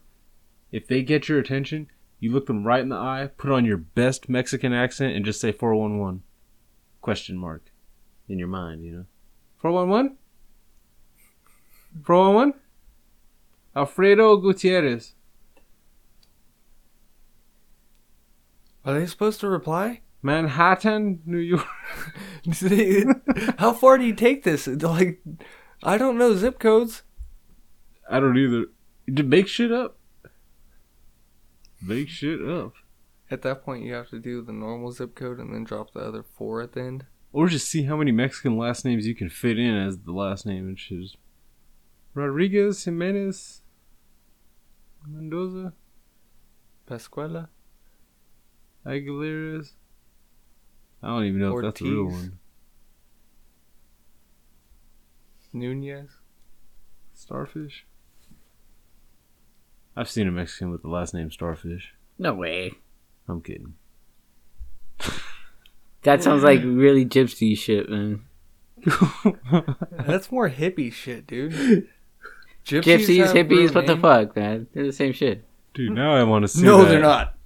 Speaker 1: if they get your attention, you look them right in the eye, put on your best Mexican accent, and just say 411. Question mark. In your mind, you know. 411? 411? Alfredo Gutierrez.
Speaker 2: Are they supposed to reply?
Speaker 1: Manhattan, New York.
Speaker 2: How far do you take this? Like, I don't know zip codes.
Speaker 1: I don't either. To make shit up. Make shit up.
Speaker 2: At that point, you have to do the normal zip code and then drop the other four at the end.
Speaker 1: Or just see how many Mexican last names you can fit in as the last name and shit. Rodriguez, Jimenez, Mendoza,
Speaker 2: Pascuala.
Speaker 1: Aguilera's. I don't even know if that's a real
Speaker 2: Ortiz.
Speaker 1: one.
Speaker 2: Nunez.
Speaker 1: Starfish? I've seen a Mexican with the last name Starfish.
Speaker 5: no way.
Speaker 1: I'm kidding.
Speaker 5: That sounds like really gypsy shit, man.
Speaker 2: That's more hippie shit, dude.
Speaker 5: Gypsies,
Speaker 2: have real
Speaker 5: hippies, what the
Speaker 2: names?
Speaker 5: fuck, man? They're the same shit.
Speaker 1: Dude, now I want to see.
Speaker 2: No,
Speaker 1: that.
Speaker 2: they're not.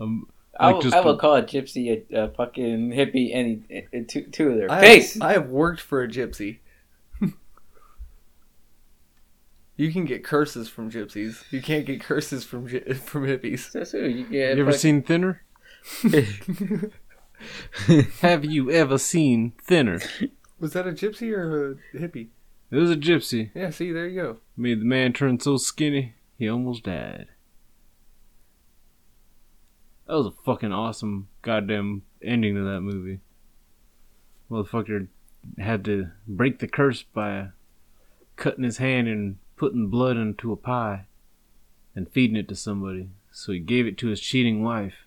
Speaker 1: Um,
Speaker 5: I
Speaker 1: Like,
Speaker 5: will,
Speaker 1: just
Speaker 5: I will
Speaker 1: a-
Speaker 5: call a gypsy a, a fucking hippie any uh, two, two of their
Speaker 2: I
Speaker 5: face.
Speaker 2: Have, I have worked for a gypsy. you can get curses from gypsies. You can't get curses from gy- from hippies.
Speaker 5: so, so you get
Speaker 1: you ever
Speaker 5: fuck-
Speaker 1: seen Thinner? Have you ever seen Thinner?
Speaker 2: Was that a gypsy or a hippie?
Speaker 1: It was a gypsy.
Speaker 2: Yeah, see, there you go.
Speaker 1: Made the man turn so skinny, he almost died. That was a fucking awesome goddamn ending to that movie. Motherfucker had to break the curse by cutting his hand and putting blood into a pie and feeding it to somebody. So he gave it to his cheating wife.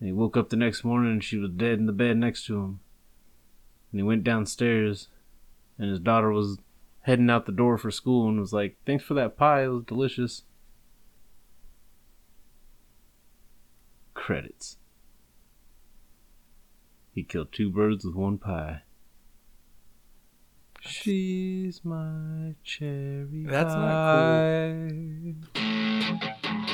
Speaker 1: And he woke up the next morning and she was dead in the bed next to him. And he went downstairs and his daughter was heading out the door for school and was like, Thanks for that pie, it was delicious. Credits. He killed two birds with one pie. She's my cherry
Speaker 2: That's not
Speaker 1: pie. Not cool.